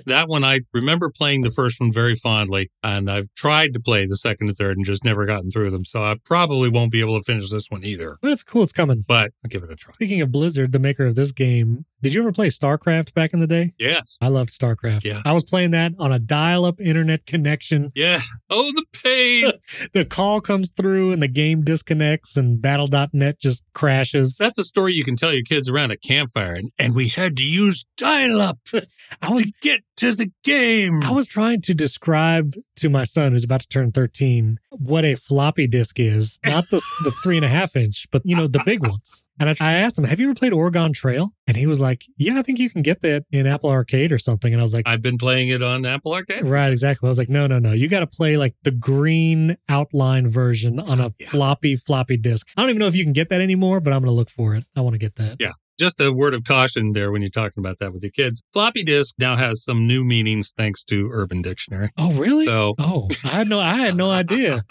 S1: that one I remember playing the first one very fondly, and I've tried to play the second and third and just never gotten through them. So I probably won't be able to finish this one either,
S5: But it's cool, it's coming.
S1: but I'll give it a try.
S5: Speaking of Blizzard, the maker of this game, did you ever play StarCraft back in the day?
S1: Yes.
S5: I loved StarCraft.
S1: Yeah.
S5: I was playing that on a dial up internet connection.
S1: Yeah. Oh, the
S5: [LAUGHS]
S1: pain.
S5: The call comes through and the game disconnects and battle.net just crashes.
S1: That's a story you can tell your kids around a campfire. And, and we had to use dial up
S5: [LAUGHS] I was
S1: to get to the game.
S5: I was trying to describe to my son, who's about to turn 13, what a floppy disk is, not the, the three and a half inch, but you know, the big ones. And I, I asked him, Have you ever played Oregon Trail? And he was like, Yeah, I think you can get that in Apple Arcade or something. And I was like,
S1: I've been playing it on Apple Arcade.
S5: Right, exactly. I was like, No, no, no. You got to play like the green outline version on a
S1: Yeah.
S5: floppy, floppy disk. I don't even know if you can get that anymore, but I'm going to look for it. I want to get that.
S1: Just a word of caution there when you're talking about that with your kids. Floppy disk now has some new meanings thanks to Urban Dictionary.
S5: Oh, really? [LAUGHS]
S1: So
S5: Oh, I had no, I had no idea.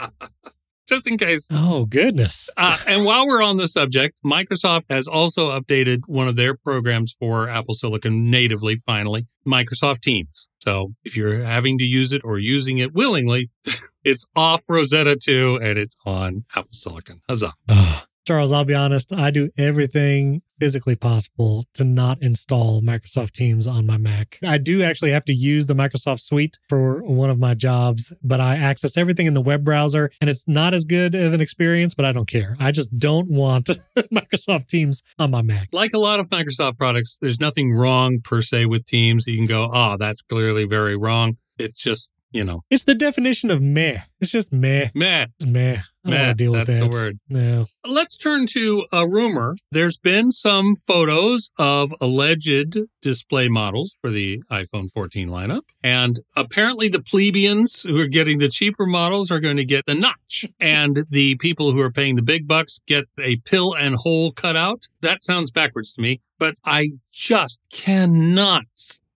S1: just in case.
S5: Oh, goodness.
S1: Uh, and while we're on the subject, Microsoft has also updated one of their programs for Apple Silicon natively, finally, Microsoft Teams. So if you're having to use it or using it willingly, [LAUGHS] it's off Rosetta 2 and it's on Apple Silicon. Huzzah.
S5: Ugh. [SIGHS] Charles, I'll be honest. I do everything physically possible to not install Microsoft Teams on my Mac. I do actually have to use the Microsoft Suite for one of my jobs, but I access everything in the web browser and it's not as good of an experience, but I don't care. I just don't want [LAUGHS] Microsoft Teams on my Mac.
S1: Like a lot of Microsoft products, there's nothing wrong per se with Teams. You can go, oh, that's clearly very wrong. It's just, you know,
S5: It's the definition of meh. It's just meh.
S1: meh.
S5: It's meh. I don't
S1: Meh,
S5: want to deal with
S1: that's
S5: that.
S1: the word.
S5: No.
S1: Let's turn to a rumor. There's been some photos of alleged display models for the iPhone 14 lineup. And apparently, the plebeians who are getting the cheaper models are going to get the notch. And the people who are paying the big bucks get a pill and hole cutout. That sounds backwards to me, but I just cannot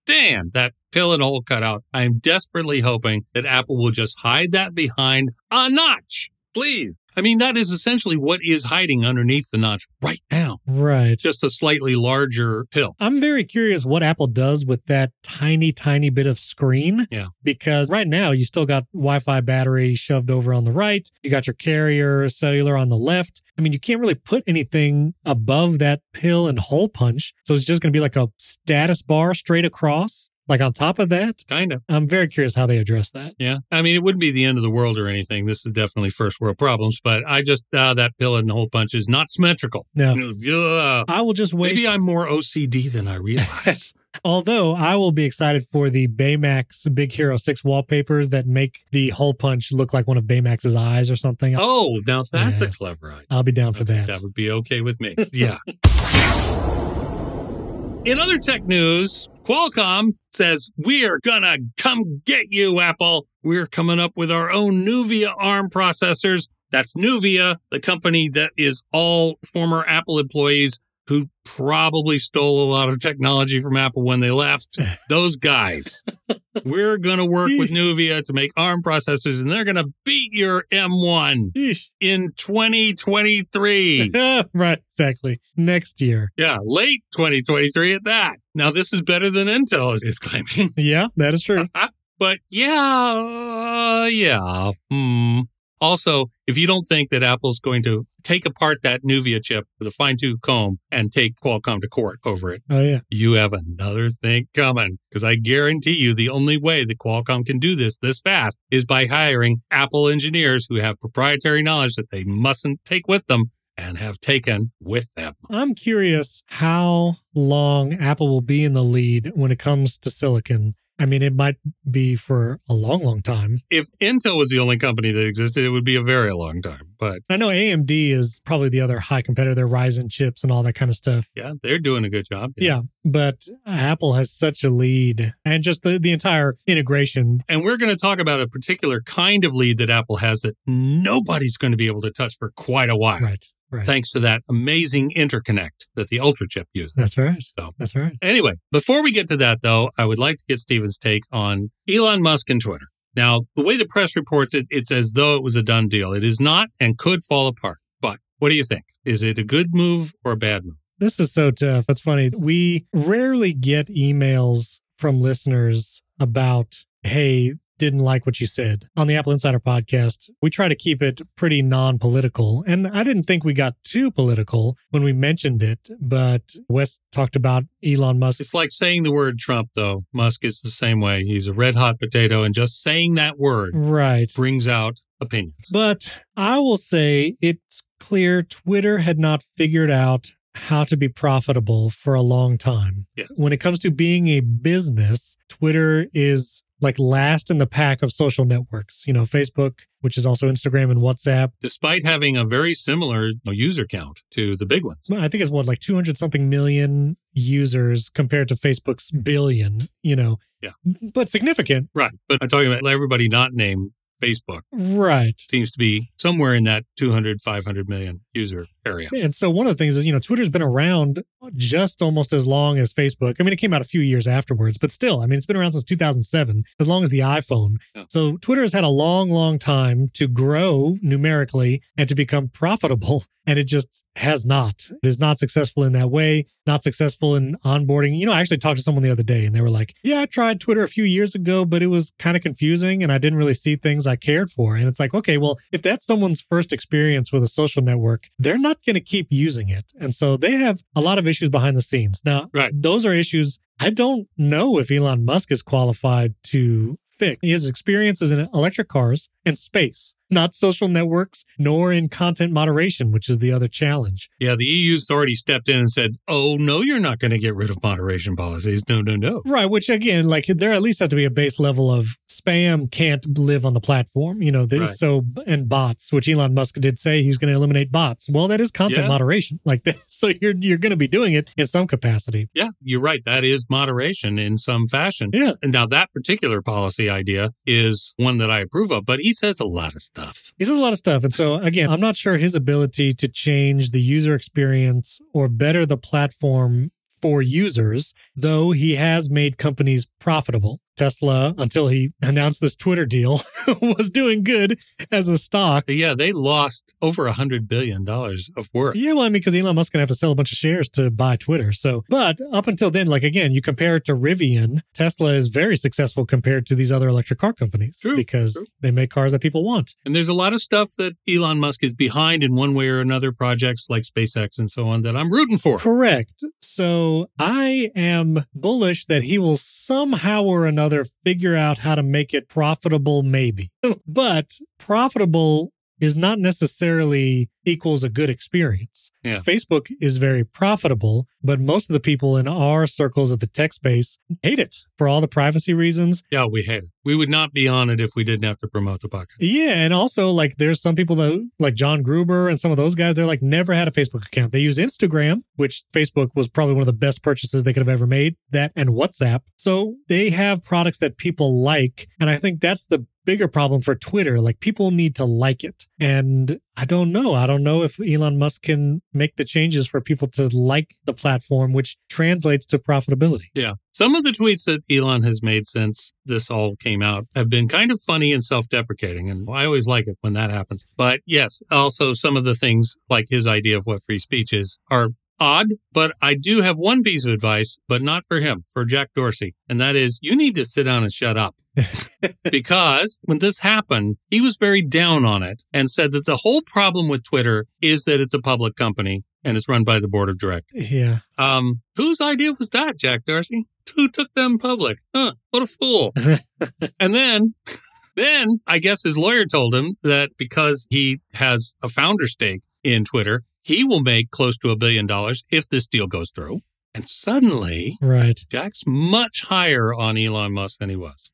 S1: damn, that pill and hole cutout. I am desperately hoping that Apple will just hide that behind a notch, please. I mean, that is essentially what is hiding underneath the notch right now.
S5: Right.
S1: Just a slightly larger pill.
S5: I'm very curious what Apple does with that tiny, tiny bit of screen.
S1: Yeah.
S5: Because right now you still got Wi Fi battery shoved over on the right. You got your carrier cellular on the left. I mean, you can't really put anything above that pill and hole punch. So it's just going to be like a status bar straight across, like on top of that.
S1: Kind of.
S5: I'm very curious how they address that.
S1: Yeah. I mean, it wouldn't be the end of the world or anything. This is definitely first world problems, but I just, uh, that pill and hole punch is not symmetrical.
S5: No.
S1: Ugh.
S5: I will just wait.
S1: Maybe I'm more OCD than I realize.
S5: [LAUGHS] Although I will be excited for the Baymax Big Hero 6 wallpapers that make the hole punch look like one of Baymax's eyes or something.
S1: oh, now that's a
S5: Yeah.
S1: clever idea.
S5: I'll be down for
S1: Okay,
S5: that.
S1: That would be okay with
S5: [LAUGHS]
S1: me. Yeah. In other tech news, Qualcomm says, We're gonna come get you, Apple. We're coming up with our own Nuvia ARM processors. That's Nuvia, the company that is all former Apple employees who probably stole a lot of technology from Apple when they
S5: [LAUGHS]
S1: left. Those guys. We're going to work with Nuvia to make ARM processors, and they're going to beat your M1
S5: Yeesh.
S1: in
S5: [LAUGHS]
S1: 2023.
S5: right, exactly. Next year.
S1: yeah, late 2023 at that. Now, this is better than Intel is, is claiming.
S5: Yeah, that is true.
S1: [LAUGHS] But yeah, uh, yeah. Hmm. Also, if you don't think that Apple's going to take apart that Nuvia chip with a fine tooth comb and take Qualcomm to court over it,
S5: Oh, yeah.
S1: you have another thing coming. Because I guarantee you, the only way that Qualcomm can do this this fast is by hiring Apple engineers who have proprietary knowledge that they mustn't take with them and have taken with them.
S5: I'm curious how long Apple will be in the lead when it comes to silicon. I mean, it might be for a long, long time.
S1: If Intel was the only company that existed, it would be a very long time. But
S5: I know AMD is probably the other high competitor, their Ryzen chips and all that kind of stuff.
S1: yeah, they're doing a good job.
S5: Yeah, but Apple has such a lead and just the, the entire integration.
S1: And we're going to talk about a particular kind of lead that Apple has that nobody's going to be able to touch for quite a while,
S5: Right, right.
S1: thanks to that amazing interconnect that the Ultra chip uses.
S5: That's right.
S1: So.
S5: That's right.
S1: Anyway, before we get to that, though, I would like to get Steven's take on Elon Musk and Twitter. Now, the way the press reports it, it's as though it was a done deal. It is not and could fall apart. But what do you think? Is it a good move or a bad move?
S5: This is so tough. It's funny. We rarely get emails from listeners about, hey, didn't like what you said. On the Apple Insider podcast, we try to keep it pretty non political. And I didn't think we got too political when we mentioned it, but Wes talked about Elon Musk.
S1: It's like saying the word Trump, though. Musk is the same way. He's a red hot potato, and just saying that word
S5: Right.
S1: brings out opinions.
S5: But I will say it's clear Twitter had not figured out how to be profitable for a long time.
S1: Yes.
S5: When it comes to being a business, Twitter is like last in the pack of social networks. You know, Facebook, which is also Instagram and WhatsApp.
S1: Despite having a very similar you know, user count to the big ones.
S5: I think it's what like 200 something million users compared to Facebook's billion, you know.
S1: Yeah.
S5: But significant.
S1: Right. But I'm talking about everybody not named Facebook.
S5: Right.
S1: seems to be somewhere in that 200, 500 million user area.
S5: And so one of the things is, you know, Twitter's been around just almost as long as Facebook. I mean, it came out a few years afterwards, but still, I mean, it's been around since 2007, as long as the iPhone.
S1: Yeah.
S5: [LAUGHS] So Twitter has had a long, long time to grow numerically and to become profitable. [LAUGHS] And it just has not. It is not successful in that way, not successful in onboarding. You know, I actually talked to someone the other day and they were like, Yeah, I tried Twitter a few years ago, but it was kind of confusing and I didn't really see things I cared for. And it's like, okay, well, if that's someone's first experience with a social network, they're not going to keep using it. And so they have a lot of issues behind the scenes. Now,
S1: Right.
S5: those are issues I don't know if Elon Musk is qualified to fix. His experience is in electric cars and space, not social networks, nor in content moderation, which is the other challenge.
S1: Yeah, the EU's already stepped in and said, oh, no, you're not going to get rid of moderation policies. No, no, no.
S5: Right, which again, like there at least have to be a base level of spam can't live on the platform, you know.
S1: Right.
S5: There's So and bots, which Elon Musk did say he was going to eliminate bots. Well, that is content
S1: Yeah.
S5: moderation, like [LAUGHS] that. So you're you're going to be doing it in some capacity.
S1: Yeah, you're right. That is moderation in some fashion.
S5: Yeah.
S1: And now that particular policy idea is one that I approve of, but he says a lot of stuff.
S5: He says a lot of stuff, and so again, I'm not sure his ability to change the user experience or better the platform for users, though he has made companies profitable. Tesla, until he announced this Twitter deal, [LAUGHS] was doing good as a stock.
S1: But yeah, they lost over a $100 billion of work.
S5: Yeah, well, I mean, because Elon Musk gonna have to sell a bunch of shares to buy Twitter. So, but up until then, like again, you compare it to Rivian, Tesla is very successful compared to these other electric car companies
S1: True,
S5: because
S1: true.
S5: they make cars that people want.
S1: And there's a lot of stuff that Elon Musk is behind in one way or another, projects like SpaceX and so on that I'm rooting for.
S5: Correct. So I am bullish that he will somehow or another figure out how to make it profitable, maybe. [LAUGHS] but profitable is not necessarily equals a good experience.
S1: Yeah.
S5: Facebook is very profitable, but most of the people in our circles of the tech space hate it for all the privacy reasons.
S1: Yeah, we hate it. We would not be on it if we didn't have to promote the podcast.
S5: Yeah, and also like there's some people that like John Gruber and some of those guys, they're like never had a Facebook account. They use Instagram, which Facebook was probably one of the best purchases they could have ever made, that and WhatsApp. So they have products that people like, and I think that's the bigger problem for Twitter. Like people need to like it. And I don't know. I don't know if Elon Musk can make the changes for people to like the platform, which translates to profitability.
S1: Yeah. Some of the tweets that Elon has made since this all came out have been kind of funny and self deprecating. And I always like it when that happens. But yes, also some of the things like his idea of what free speech is are odd. But I do have one piece of advice, but not for him, for Jack Dorsey. And that is you need to sit down and shut up. because when this happened, he was very down on it and said that the whole problem with Twitter is that it's a public company and it's run by the board of directors.
S5: Yeah.
S1: Um, whose idea was that, Jack Darcy? Who took them public? Huh? What a fool! and then, [LAUGHS] then I guess his lawyer told him that because he has a founder stake in Twitter, he will make close to a billion dollars if this deal goes through. And suddenly,
S5: Right.
S1: Jack's much higher on Elon Musk than he was.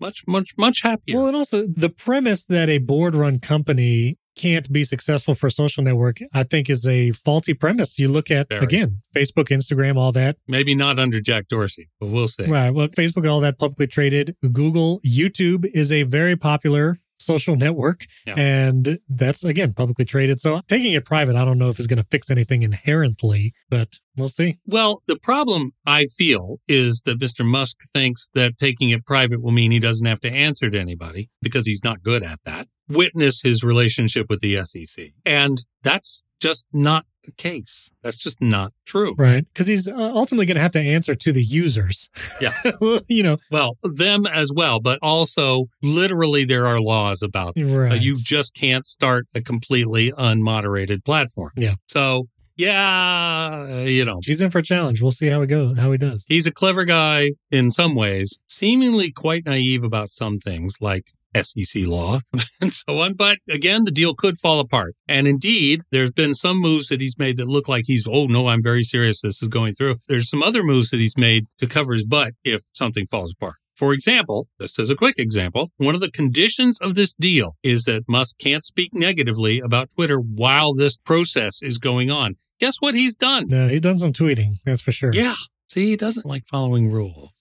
S1: much, much, much happier.
S5: Well, and also the premise that a board run company can't be successful for a social network, I think is a faulty premise. You look at,
S1: Very.
S5: again, Facebook, Instagram, all that.
S1: Maybe not under Jack Dorsey, but we'll see.
S5: Right. Well, Facebook, all that publicly traded. Google, YouTube is a very popular social network.
S1: Yeah.
S5: And that's, again, publicly traded. So taking it private, I don't know if it's going to fix anything inherently, but we'll see.
S1: Well, the problem I feel is that Mr. Musk thinks that taking it private will mean he doesn't have to answer to anybody because he's not good at that. Witness his relationship with the SEC. And that's just not the case. That's just not true.
S5: Right. Because he's uh, ultimately going to have to answer to the users.
S1: Yeah.
S5: [LAUGHS] you know,
S1: Well, them as well, but also literally there are laws about
S5: right.
S1: Uh, You just can't start a completely unmoderated platform.
S5: Yeah.
S1: So, yeah, you know,
S5: He's in for a challenge. We'll see how it goes, how he does.
S1: He's a clever guy in some ways, seemingly quite naive about some things like SEC law [LAUGHS] and so on. But again, the deal could fall apart. And indeed, there's been some moves that he's made that look like he's, oh no, I'm very serious. This is going through. There's some other moves that he's made to cover his butt if something falls apart. For example, just as a quick example, one of the conditions of this deal is that Musk can't speak negatively about Twitter while this process is going on. Guess what he's done?
S5: No, he's done some tweeting, that's for sure.
S1: Yeah. See, he doesn't like following rules.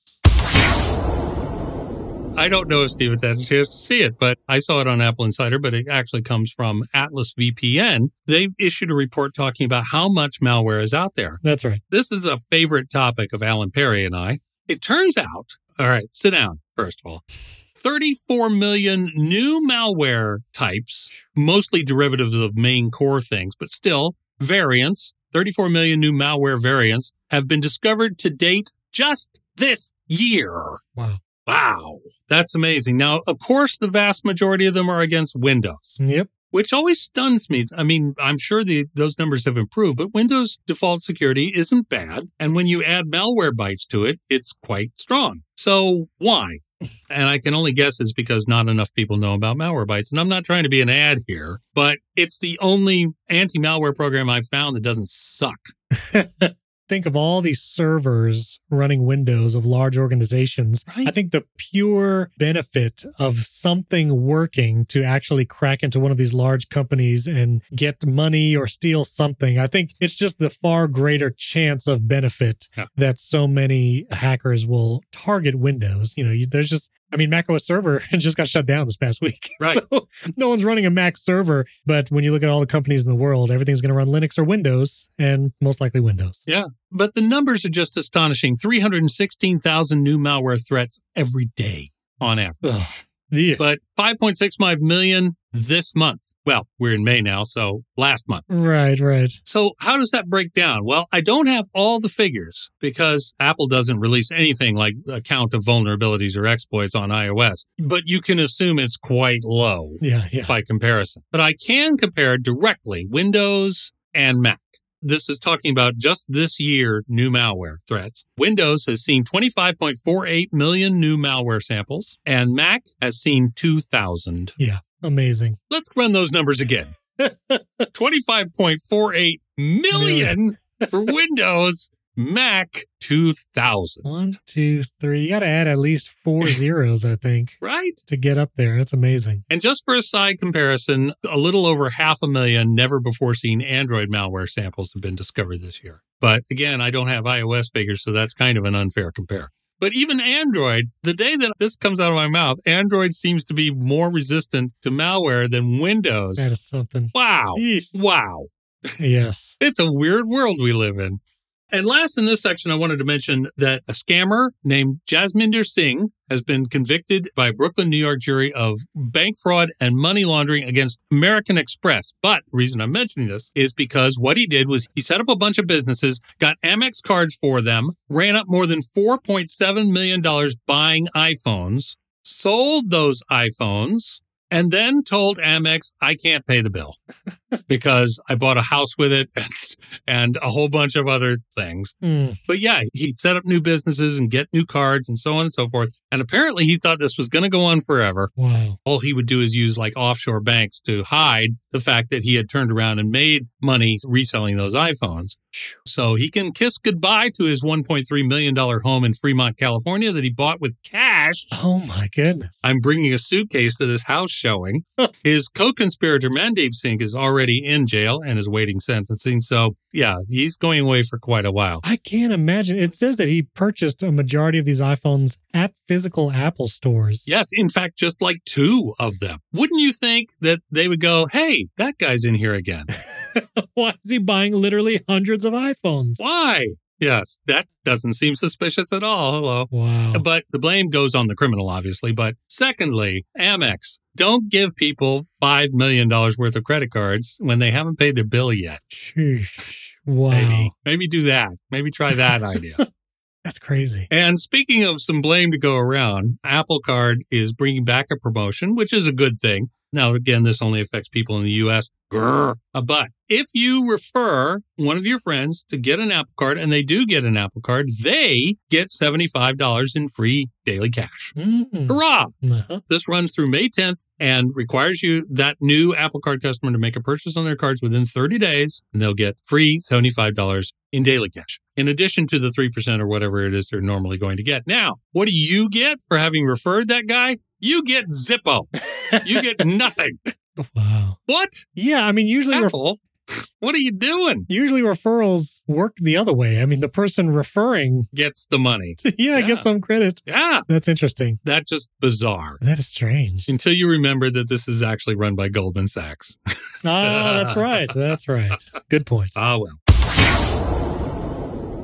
S1: I don't know if Steven's had a chance to see it, but I saw it on Apple Insider, but it actually comes from Atlas VPN. They've issued a report talking about how much malware is out there.
S5: That's right.
S1: This is a favorite topic of Alan Perry and I. It turns out, all right, sit down, first of all. 34 million new malware types, mostly derivatives of main core things, but still variants, 34 million new malware variants have been discovered to date just this year.
S5: Wow.
S1: Wow. That's amazing. Now, of course, the vast majority of them are against Windows
S5: Yep.
S1: which always stuns me. I mean, I'm sure the, those numbers have improved, but Windows default security isn't bad. And when you add malware bytes to it, it's quite strong. So why? And I can only guess it's because not enough people know about malware bytes. And I'm not trying to be an ad here, but it's the only anti malware program I've found that doesn't suck.
S5: Think of all these servers running Windows of large organizations.
S1: Right.
S5: I think the pure benefit of something working to actually crack into one of these large companies and get money or steal something, I think it's just the far greater chance of benefit
S1: Yeah.
S5: that so many hackers will target Windows. You know, you, there's just I mean, macOS server [LAUGHS] just got shut down this past week. [LAUGHS]
S1: Right.
S5: So no one's running a Mac server. But when you look at all the companies in the world, everything's going to run Linux or Windows, and most likely Windows.
S1: But the numbers are just astonishing 316,000 new malware threats every day on average.
S5: Yeah.
S1: [LAUGHS] But 5.65 million this month. Well, we're in May now, so last month.
S5: Right, right.
S1: So, how does that break down? Well, I don't have all the figures because Apple doesn't release anything like a count of vulnerabilities or exploits on iOS, but you can assume it's quite low
S5: Yeah, yeah.
S1: by comparison. But I can compare directly Windows and Mac. This is talking about just this year new malware threats. Windows has seen 25.48 million new malware samples, and Mac has seen 2,000.
S5: Amazing.
S1: Let's run those numbers again 25.48 million for Windows, Mac,
S5: [LAUGHS]
S1: 2,000.
S5: One, two, three. You got to add at least four zeros, I think,
S1: Right?
S5: to get up there. That's amazing.
S1: And just for a side comparison, a little over half a million never before seen Android malware samples have been discovered this year. But again, I don't have iOS figures, so that's kind of an unfair compare. But even Android, the day that this comes out of my mouth, Android seems to be more resistant to malware than Windows.
S5: That is something.
S1: Wow.
S5: Yeesh.
S1: Wow.
S5: Yes.
S1: It's a weird world we live in. And last in this section, I wanted to mention that a scammer named Jasminder Singh has been convicted by a Brooklyn, New York jury of bank fraud and money laundering against American Express. But the reason I'm mentioning this is because what he did was he set up a bunch of businesses, got Amex cards for them, ran up more than $4.7 million buying iPhones, sold those iPhones, and then told Amex, I can't pay the bill because I bought a house with it [LAUGHS] and a whole bunch of other things.
S5: Mm.
S1: But yeah, he set up new businesses and get new cards and so on and so forth. And apparently he thought this was going to go on forever.
S5: Wow.
S1: All he would do is use like offshore banks to hide the fact that he had turned around and made money reselling those iPhones. So he can kiss goodbye to his $1.3 million home in Fremont, California that he bought with cash.
S5: Oh, my goodness.
S1: I'm bringing a suitcase to this house showing. [LAUGHS] His co conspirator, Mandeep Singh, is already in jail and is waiting sentencing. So, yeah, he's going away for quite a while.
S5: I can't imagine. It says that he purchased a majority of these iPhones at physical Apple stores.
S1: Yes, in fact, just like two of them. Wouldn't you think that they would go, hey, that guy's in here again?
S5: [LAUGHS] Why is he buying literally hundreds of iPhones?
S1: Why? Yes, that doesn't seem suspicious at all. Hello.
S5: Wow.
S1: But the blame goes on the criminal, obviously. But secondly, Amex, don't give people $5 million worth of credit cards when they haven't paid their bill yet.
S5: Sheesh. Wow.
S1: Maybe, maybe do that. Maybe try that idea. [LAUGHS]
S5: That's crazy.
S1: And speaking of some blame to go around, Apple Card is bringing back a promotion, which is a good thing. Now, again, this only affects people in the US. Grr. Uh, But if you refer one of your friends to get an Apple Card and they do get an Apple Card, they get $75 in free daily cash.
S5: Mm.
S1: Hurrah!
S5: Uh-huh.
S1: This runs through May 10th and requires you, that new Apple Card customer, to make a purchase on their cards within 30 days, and they'll get free $75 in daily cash, in addition to the 3% or whatever it is they're normally going to get. Now, what do you get for having referred that guy? You get Zippo. You get nothing.
S5: Wow.
S1: What?
S5: Yeah, I mean, usually ref-
S1: Apple? What are you doing?
S5: usually referrals work the other way. I mean, the person referring,
S1: Gets the money.
S5: [LAUGHS] yeah,
S1: Yeah.
S5: gets some credit.
S1: Yeah,
S5: That's interesting.
S1: that's just bizarre.
S5: That is strange.
S1: Until you remember that this is actually run by Goldman Sachs.
S5: [LAUGHS] Ah, [LAUGHS] that's right. That's right. Good point.
S1: Ah, well.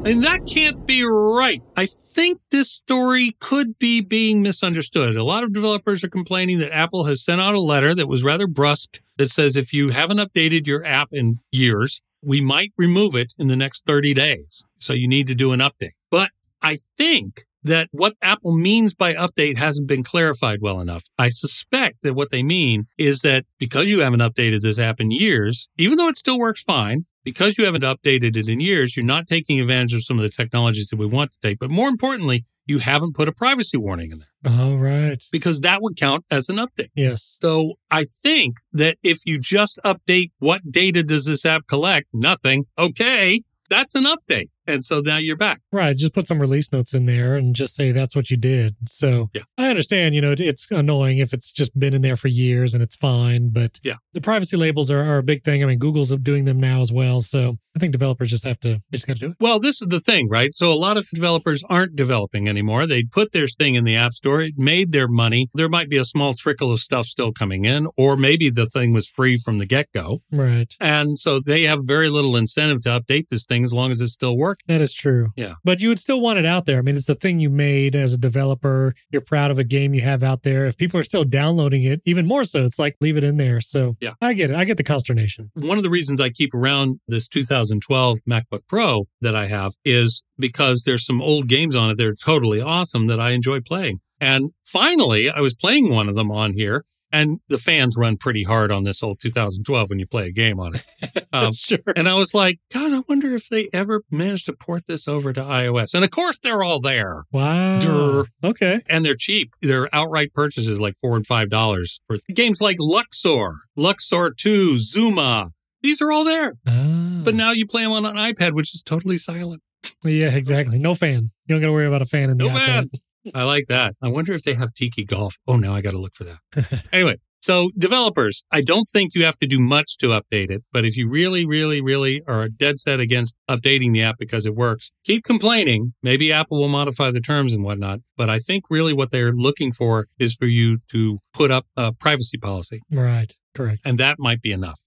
S1: And that can't be right. I think this story could be being misunderstood. A lot of developers are complaining that Apple has sent out a letter that was rather brusque that says if you haven't updated your app in years, we might remove it in the next 30 days. So you need to do an update. But I think that what Apple means by update hasn't been clarified well enough. I suspect that what they mean is that because you haven't updated this app in years, even though it still works fine, because you haven't updated it in years, you're not taking advantage of some of the technologies that we want to take. But more importantly, you haven't put a privacy warning in there
S5: All right.
S1: because that would count as an update.
S5: Yes.
S1: So I think that if you just update what data does this app collect, nothing, okay, that's an update. And so now you're back.
S5: Right. Just put some release notes in there and just say that's what you did. So
S1: Yeah.
S5: I understand, you know, it- it's annoying if it's just been in there for years and it's fine, but
S1: Yeah.
S5: the privacy labels are, are a big thing. I mean, Google's doing them now as well. So I think developers just have to, they just got to do it.
S1: Well, this is the thing, right? So a lot of developers aren't developing anymore. They put their thing in the App Store, it made their money. There might be a small trickle of stuff still coming in, or maybe the thing was free from the get go.
S5: Right.
S1: And so they have very little incentive to update this thing as long as it's still working.
S5: That is true.
S1: Yeah.
S5: But you would still want it out there. I mean, it's the thing you made as a developer. You're proud of a game you have out there. If people are still downloading it, even more so, it's like leave it in there. So
S1: Yeah.
S5: I get it. I get the consternation.
S1: One of the reasons I keep around this 2012 MacBook Pro that I have is because there's some old games on it that are totally awesome that I enjoy playing. And finally, I was playing one of them on here, and the fans run pretty hard on this old 2012 when you play a game on it. Um,
S5: [LAUGHS] sure.
S1: And I was like, God, I wonder if they ever managed to port this over to iOS. And of course, they're all there
S5: Wow.
S1: Durr.
S5: Okay.
S1: and they're cheap. They're outright purchases like four and five dollars for games like Luxor, Luxor 2, Zuma. These are all there.
S5: Ah.
S1: But now you play them on an iPad, which is totally silent.
S5: [LAUGHS] Yeah, exactly. No fan. You don't got to worry about a fan in the
S1: No
S5: iPad.
S1: fan. I like that. I wonder if they have Tiki Golf. Oh, now I got to look for that. anyway, so developers, I don't think you have to do much to update it, but if you really, really, really are dead set against updating the app because it works, keep complaining. Maybe Apple will modify the terms and whatnot. But I think really what they're looking for is for you to put up a privacy policy,
S5: Right. Correct.
S1: and that might be enough.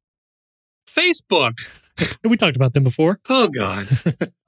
S1: Facebook.
S5: And we talked about them before.
S1: Oh, God.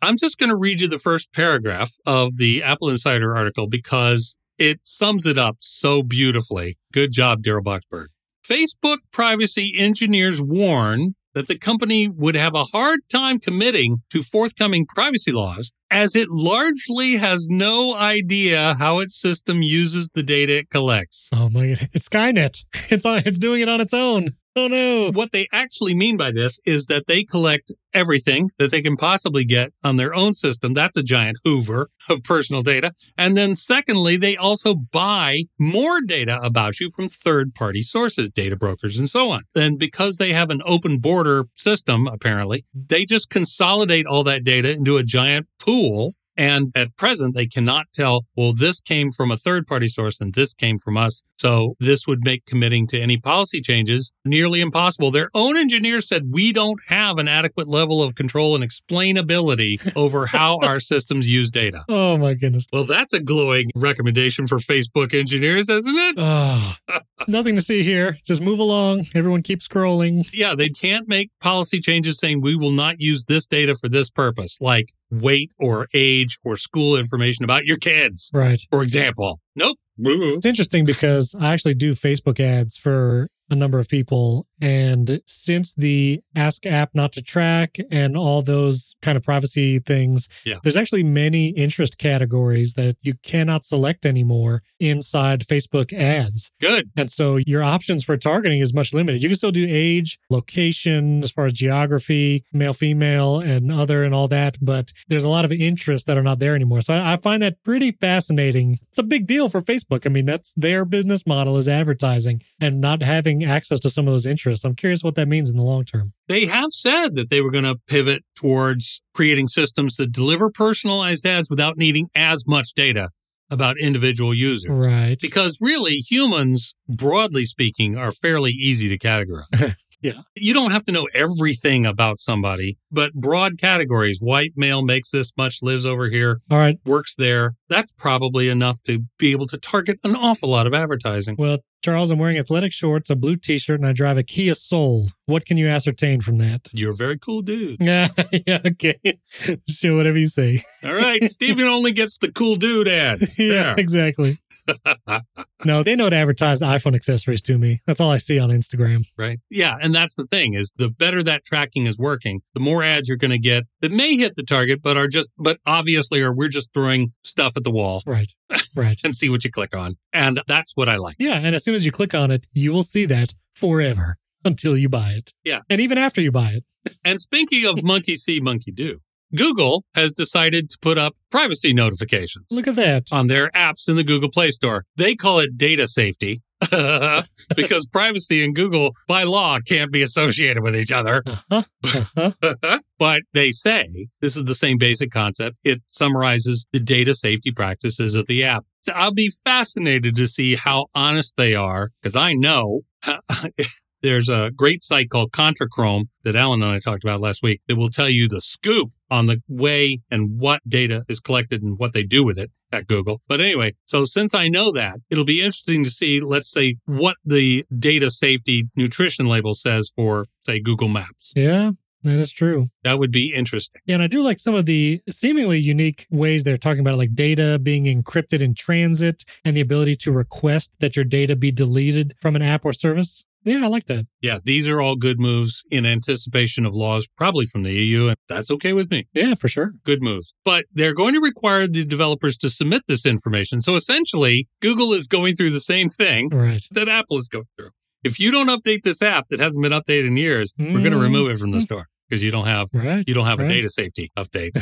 S1: I'm just going to read you the first paragraph of the Apple Insider article because it sums it up so beautifully. Good job, Daryl Boxberg. Facebook privacy engineers warn that the company would have a hard time committing to forthcoming privacy laws as it largely has no idea how its system uses the data it collects.
S5: Oh my god, [LAUGHS] it's Skynet. It's on. It's doing it on its own. Oh no.
S1: What they actually mean by this is that they collect everything that they can possibly get on their own system. That's a giant hoover of personal data. And then secondly, they also buy more data about you from third party sources, data brokers and so on. And because they have an open border system, apparently, they just consolidate all that data into a giant pool. And at present, they cannot tell, well, this came from a third party source and this came from us. So this would make committing to any policy changes nearly impossible. Their own engineers said, we don't have an adequate level of control and explainability over how our systems use data.
S5: Oh my goodness.
S1: Well, that's a glowing recommendation for Facebook engineers, isn't it?
S5: Oh, [LAUGHS] nothing to see here. Just move along. Everyone keep scrolling.
S1: Yeah, they can't make policy changes saying we will not use this data for this purpose, like weight or age or school information about your kids,
S5: Right.
S1: for example. Nope.
S5: It's interesting because I actually do Facebook ads for a number of people. And since the Ask app not to track and all those kind of privacy things,
S1: Yeah.
S5: there's actually many interest categories that you cannot select anymore inside Facebook ads.
S1: Good.
S5: And so your options for targeting is much limited. You can still do age, location, as far as geography, male, female, and other and all that, but there's a lot of interests that are not there anymore. So I, I find that pretty fascinating. It's a big deal for Facebook. I mean, that's their business model is advertising and not having access to some of those interests. I'm curious what that means in the long term.
S1: They have said that they were going to pivot towards creating systems that deliver personalized ads without needing as much data about individual users.
S5: Right.
S1: Because really, humans, broadly speaking, are fairly easy to categorize.
S5: Yeah.
S1: You don't have to know everything about somebody, but broad categories white male makes this much, lives over here,
S5: All right.
S1: works there. That's probably enough to be able to target an awful lot of advertising.
S5: Well, Charles, I'm wearing athletic shorts, a blue t shirt, and I drive a Kia Soul. What can you ascertain from that? [LAUGHS]
S1: You're a very cool dude.
S5: Yeah, yeah, okay. [LAUGHS] sure, whatever you say.
S1: All right. Steven only gets the cool dude [LAUGHS] ads.
S5: yeah, exactly.
S1: There.
S5: No, they know to advertise iPhone accessories to me. That's all I see on Instagram.
S1: right? Yeah, and that's the thing is the better that tracking is working, the more ads you're going to get that may hit the target, but are just but obviously are we're just throwing stuff at the wall [LAUGHS]
S5: Right. Right.
S1: and see what you click on, and that's what I like.
S5: yeah. And as soon as you click on it, you will see that forever [LAUGHS] until you buy it.
S1: Yeah.
S5: And even after you buy it.
S1: And speaking of monkey see, monkey do, Google has decided to put up privacy notifications
S5: Look at that.
S1: on their apps in the Google Play Store. They call it data safety. [LAUGHS] because privacy and Google by law can't be associated with each other. [LAUGHS]
S5: Uh-huh.
S1: but they say this is the same basic concept. It summarizes the data safety practices of the app. I'll be fascinated to see how honest they are because I know [LAUGHS] there's a great site called ContraChrome that Alan and I talked about last week that will tell you the scoop on the way and what data is collected and what they do with it at Google. But anyway, so since I know that, it'll be interesting to see, let's say, what the data safety nutrition label says for, say, Google Maps.
S5: Yeah, that is true.
S1: That would be interesting.
S5: Yeah, and I do like some of the seemingly unique ways they're talking about it, like data being encrypted in transit and the ability to request that your data be deleted from an app or service. Yeah, I like that.
S1: Yeah, these are all good moves in anticipation of laws, probably from the EU, and that's okay with me.
S5: Yeah, for sure.
S1: Good moves. But they're going to require the developers to submit this information. So essentially, Google is going through the same thing [LAUGHS]
S5: All right.
S1: that Apple is going through. If you don't update this app that hasn't been updated in years, we're going to
S5: Mm.
S1: remove it from the store because you don't have
S5: All right.
S1: you don't have a
S5: Right.
S1: data safety update.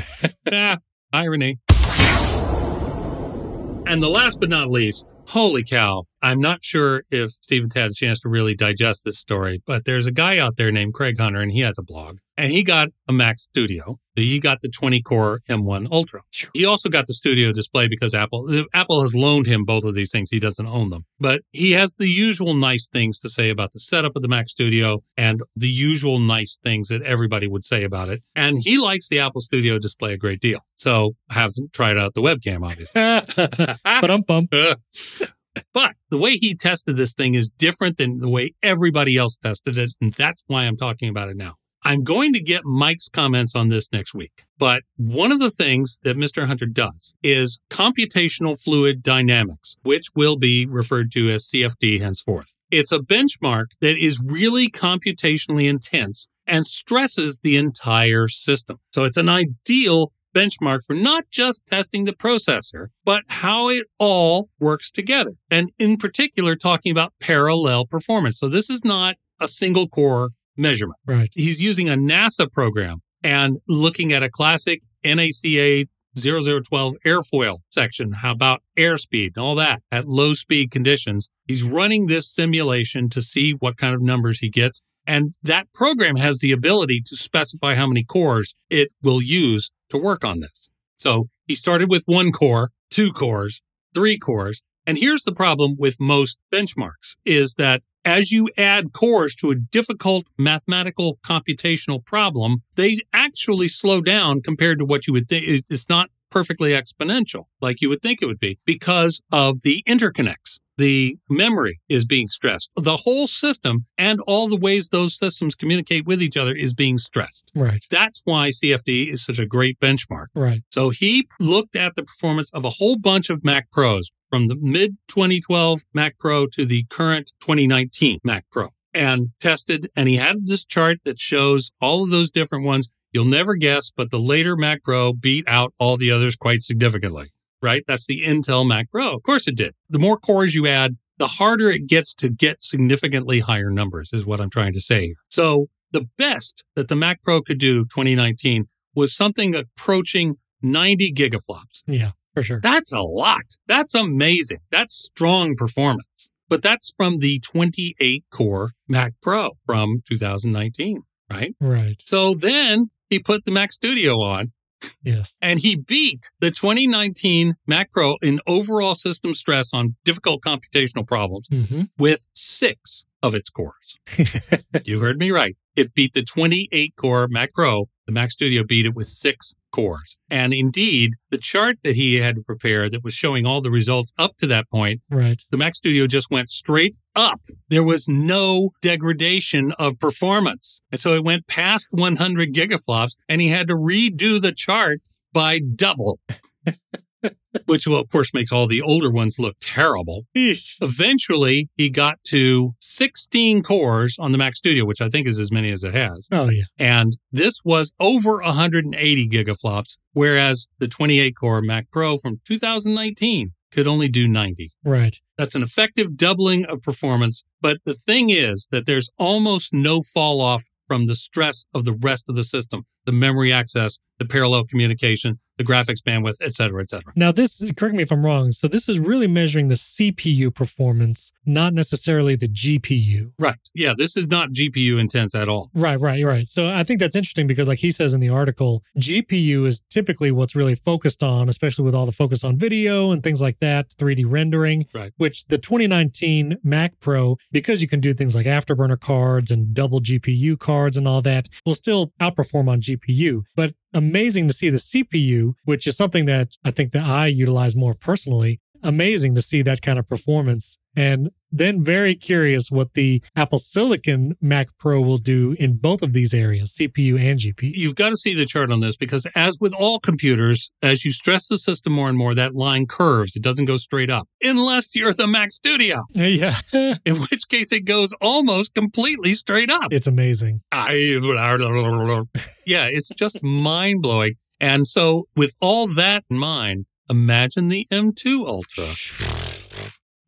S1: nah, irony. And the last but not least, holy cow, I'm not sure if Steven's had a chance to really digest this story, but there's a guy out there named Craig Hunter and he has a blog and he got a Mac Studio. He got the 20 core M1 Ultra. He also got the studio display because Apple Apple has loaned him both of these things. He doesn't own them. But he has the usual nice things to say about the setup of the Mac Studio and the usual nice things that everybody would say about it. And he likes the Apple Studio display a great deal. So hasn't tried out the webcam,
S5: [LAUGHS]
S1: obviously.
S5: but I'm bummed.
S1: Uh, [LAUGHS] but the way he tested this thing is different than the way everybody else tested it. And that's why I'm talking about it now. I'm going to get Mike's comments on this next week. But one of the things that Mr. Hunter does is computational fluid dynamics, which will be referred to as CFD henceforth. It's a benchmark that is really computationally intense and stresses the entire system. So it's an ideal benchmark for not just testing the processor, but how it all works together. And in particular, talking about parallel performance. So this is not a single core measurement.
S5: Right.
S1: He's using a NASA program and looking at a classic NACA 0012 airfoil section. How about airspeed and all that at low speed conditions? He's running this simulation to see what kind of numbers he gets. And that program has the ability to specify how many cores it will use to work on this. So he started with one core, two cores, three cores. And here's the problem with most benchmarks is that as you add cores to a difficult mathematical computational problem, they actually slow down compared to what you would think. It- It's not perfectly exponential like you would think it would be because of the interconnects. The memory is being stressed. The whole system and all the ways those systems communicate with each other is being stressed.
S5: Right.
S1: That's why CFD is such a great benchmark.
S5: Right.
S1: So he looked at the performance of a whole bunch of Mac Pros from the mid 2012 Mac Pro to the current 2019 Mac Pro and tested. And he had this chart that shows all of those different ones. You'll never guess, but the later Mac Pro beat out all the others quite significantly, right? That's the Intel Mac Pro. Of course it did. The more cores you add, the harder it gets to get significantly higher numbers, is what I'm trying to say. here. So the best that the Mac Pro could do 2019 was something approaching 90 gigaflops.
S5: Yeah, for sure.
S1: That's a lot. That's amazing. That's strong performance. But that's from the 28 core Mac Pro from 2019, right?
S5: Right.
S1: So then he put the Mac Studio on
S5: Yes.
S1: and he beat the 2019 Mac Pro in overall system stress on difficult computational problems
S5: hmm
S1: with six of its cores. you heard me right. It beat the 28 core Mac Pro. The Mac Studio beat it with six cores. And indeed, the chart that he had prepared that was showing all the results up to that point
S5: Right.
S1: the Mac Studio just went straight up. There was no degradation of performance. And so it went past 100 gigaflops and he had to redo the chart by double, [LAUGHS] which will, of course, makes all the older ones look terrible. Eventually, he got to 16 cores on the Mac Studio, which I think is as many as it has.
S5: Oh yeah.
S1: And this was over 180 gigaflops, whereas the 28 core Mac Pro from 2019 could only do 90.
S5: Right.
S1: That's an effective doubling of performance. But the thing is that there's almost no fall off from the stress of the rest of the system the memory access, the parallel communication, the the graphics bandwidth, et cetera, et cetera.
S5: Now, this, correct me if I'm wrong. So, this is really measuring the CPU performance, not necessarily the GPU.
S1: Right. Yeah, this is not GPU intense at all.
S5: Right, right, right. So, I think that's interesting because, like he says in the article, GPU is typically what's really focused on, especially with all the focus on video and things like that, 3D rendering,
S1: Right.
S5: which the 2019 Mac Pro, because you can do things like afterburner cards and double GPU cards and all that, will still outperform on GPU. But amazing to see the CPU, which is something that I think that I utilize more personally. Amazing to see that kind of performance. And then very curious what the Apple Silicon Mac Pro will do in both of these areas, CPU and GPU.
S1: You've got to see the chart on this because, as with all computers, as you stress the system more and more, that line curves. It doesn't go straight up, unless you're the Mac Studio,
S5: Yeah.
S1: in which case it goes almost completely straight up.
S5: it's amazing.
S1: I, yeah, it's just mind blowing. And so, with all that in mind, imagine the M2 Ultra,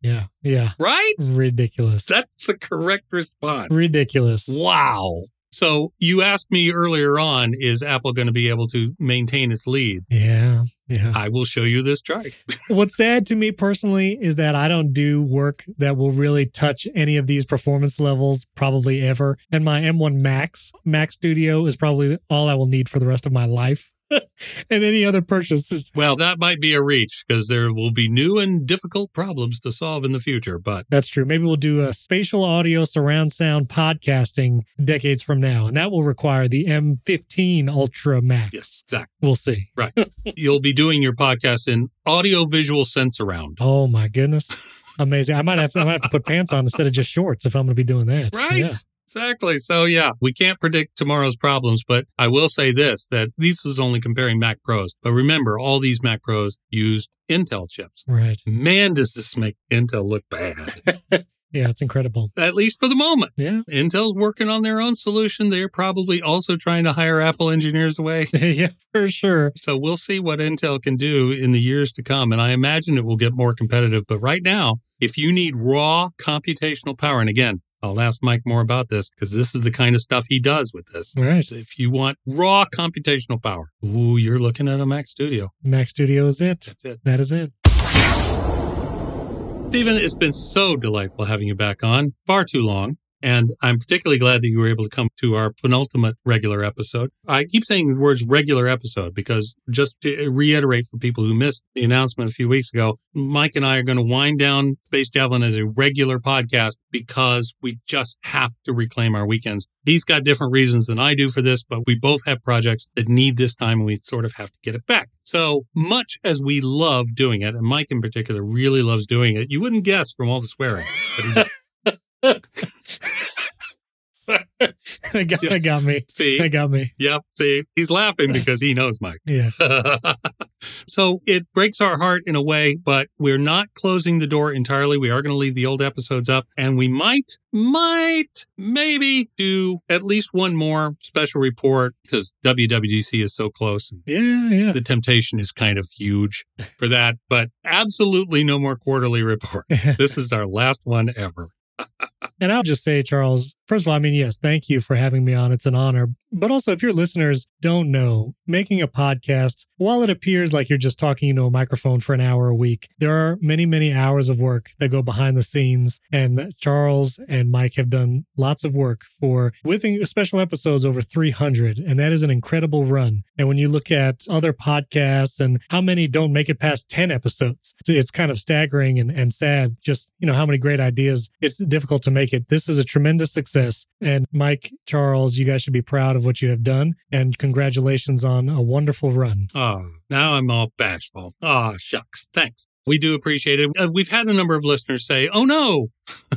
S5: Yeah. Yeah.
S1: right?
S5: Ridiculous.
S1: That's the correct response.
S5: Ridiculous.
S1: Wow. So, you asked me earlier on is Apple going to be able to maintain its lead?
S5: Yeah. Yeah.
S1: I will show you this chart.
S5: What's sad to me personally is that I don't do work that will really touch any of these performance levels probably ever. And my M1 Max, Mac Studio is probably all I will need for the rest of my life. [LAUGHS] and any other purchases.
S1: Well, that might be a reach because there will be new and difficult problems to solve in the future. But
S5: That's true. Maybe we'll do a spatial audio surround sound podcasting decades from now, and that will require the M15 Ultra Max.
S1: yes, Zach,
S5: We'll see.
S1: you'll be doing your podcast in audio visual sense around.
S5: Oh
S1: [LAUGHS]
S5: my goodness. Amazing. I might have to, I might have to put pants on instead of just shorts if I'm going to be doing that.
S1: Right.
S5: Yeah.
S1: Exactly. So, yeah, we can't predict tomorrow's problems, but I will say this that this is only comparing Mac Pros. But remember, all these Mac Pros used Intel chips.
S5: Right.
S1: Man, does this make Intel look bad, [LAUGHS]
S5: Yeah, it's incredible.
S1: at least for the moment.
S5: Yeah.
S1: Intel's working on their own solution. They're probably also trying to hire Apple engineers away.
S5: [LAUGHS] yeah, for sure.
S1: So we'll see what Intel can do in the years to come. And I imagine it will get more competitive. But right now, if you need raw computational power, and again, I'll ask Mike more about this because this is the kind of stuff he does with this.
S5: All right.
S1: If you want raw computational power, ooh, you're looking at a Mac Studio.
S5: Mac Studio is it.
S1: That's it.
S5: That is it. [LAUGHS]
S1: Stephen, it's been so delightful having you back on, far too long. And I'm particularly glad that you were able to come to our penultimate regular episode. I keep saying the words regular episode because just to reiterate for people who missed the announcement a few weeks ago, Mike and I are going to wind down Space Javelin as a regular podcast because we just have to reclaim our weekends. He's got different reasons than I do for this, but we both have projects that need this time and we sort of have to get it back. So much as we love doing it, and Mike in particular really loves doing it, you wouldn't guess from all the swearing. [LAUGHS] But he does.
S5: that, got, that
S1: Yes.
S5: got me.
S1: See?
S5: That got me.
S1: Yep. See, he's laughing because he knows Mike. [LAUGHS]
S5: Yeah.
S1: so it breaks our heart in a way, but we're not closing the door entirely. We are going to leave the old episodes up and we might, might, maybe do at least one more special report because WWDC is so close.
S5: [LAUGHS]
S1: And
S5: Yeah. Yeah.
S1: the temptation is kind of huge for that, but absolutely no more quarterly report. This is our last one ever.
S5: And I'll just say, Charles, first of all, I mean, yes, thank you for having me on. It's an honor. But also, if your listeners don't know, making a podcast, while it appears like you're just talking into a microphone for an hour a week, there are many, many hours of work that go behind the scenes. And Charles and Mike have done lots of work for, with special episodes, over 300. And that is an incredible run. And when you look at other podcasts and how many don't make it past 10 episodes, it's- it's kind of staggering and, and sad just, you know, how many great ideas. It's difficult to make it. This is a tremendous success. And Mike, Charles, you guys should be proud of what you have done. And congratulations on a wonderful run.
S1: Oh, now I'm all bashful. Oh, shucks. Thanks. We do appreciate it. Uh, We've had a number of listeners say, oh no, [LAUGHS]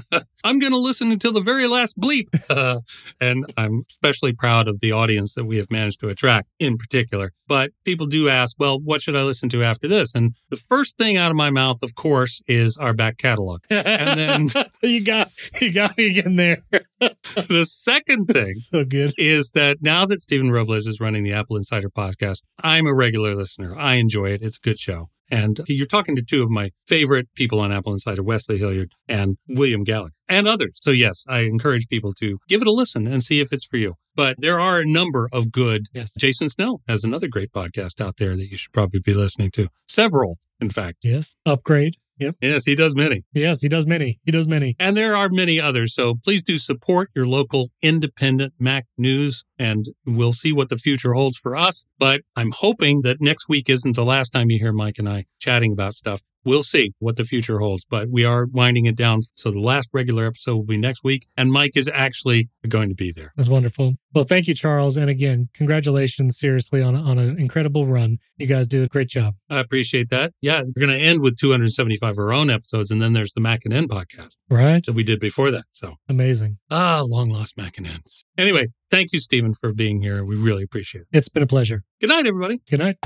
S1: I'm going to listen until the very last bleep. [LAUGHS] Uh, and I'm especially proud of the audience that we have managed to attract in particular. But people do ask, well, what should I listen to after this? And the first thing out of my mouth, of course, is our back catalog. [LAUGHS] And then-
S5: [LAUGHS] you got you got me
S1: [LAUGHS]
S5: again there.
S1: the second thing
S5: So good.
S1: is that now that Stephen Robles is running the Apple Insider podcast, I'm a regular listener. I enjoy it. It's a good show. And you're talking to two of my favorite people on Apple Insider, Wesley Hilliard and William Gallagher, and others. So, yes, I encourage people to give it a listen and see if it's for you. But there are a number of good.
S5: Yes.
S1: Jason Snell has another great podcast out there that you should probably be listening to. Several, in fact.
S5: Yes. Upgrade. Yep.
S1: Yes, he does many.
S5: Yes, he does many. He does many.
S1: And there are many others. So please do support your local independent Mac news, and we'll see what the future holds for us. But I'm hoping that next week isn't the last time you hear Mike and I chatting about stuff. We'll see what the future holds, but we are winding it down. So the last regular episode will be next week, and Mike is actually going to be there.
S5: That's wonderful. Well, thank you, Charles. And again, congratulations, seriously, on, on an incredible run. You guys do a great job.
S1: I appreciate that. Yeah, we're going to end with 275 of our own episodes, and then there's the Mac and N podcast
S5: Right?
S1: that we did before that. So
S5: Amazing.
S1: Ah, long lost Mackinans. Anyway, thank you, Stephen, for being here. We really appreciate it.
S5: It's been a pleasure.
S1: Good night, everybody.
S5: Good night.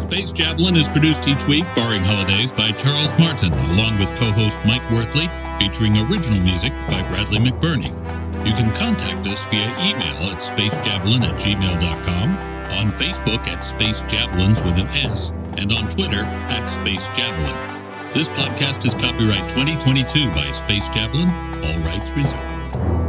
S1: Space Javelin is produced each week, barring holidays, by Charles Martin, along with co host Mike Worthley, featuring original music by Bradley McBurney. You can contact us via email at spacejavelin at gmail.com, on Facebook at Space Javelins with an S, and on Twitter at Space Javelin. This podcast is copyright 2022 by Space Javelin, all rights reserved.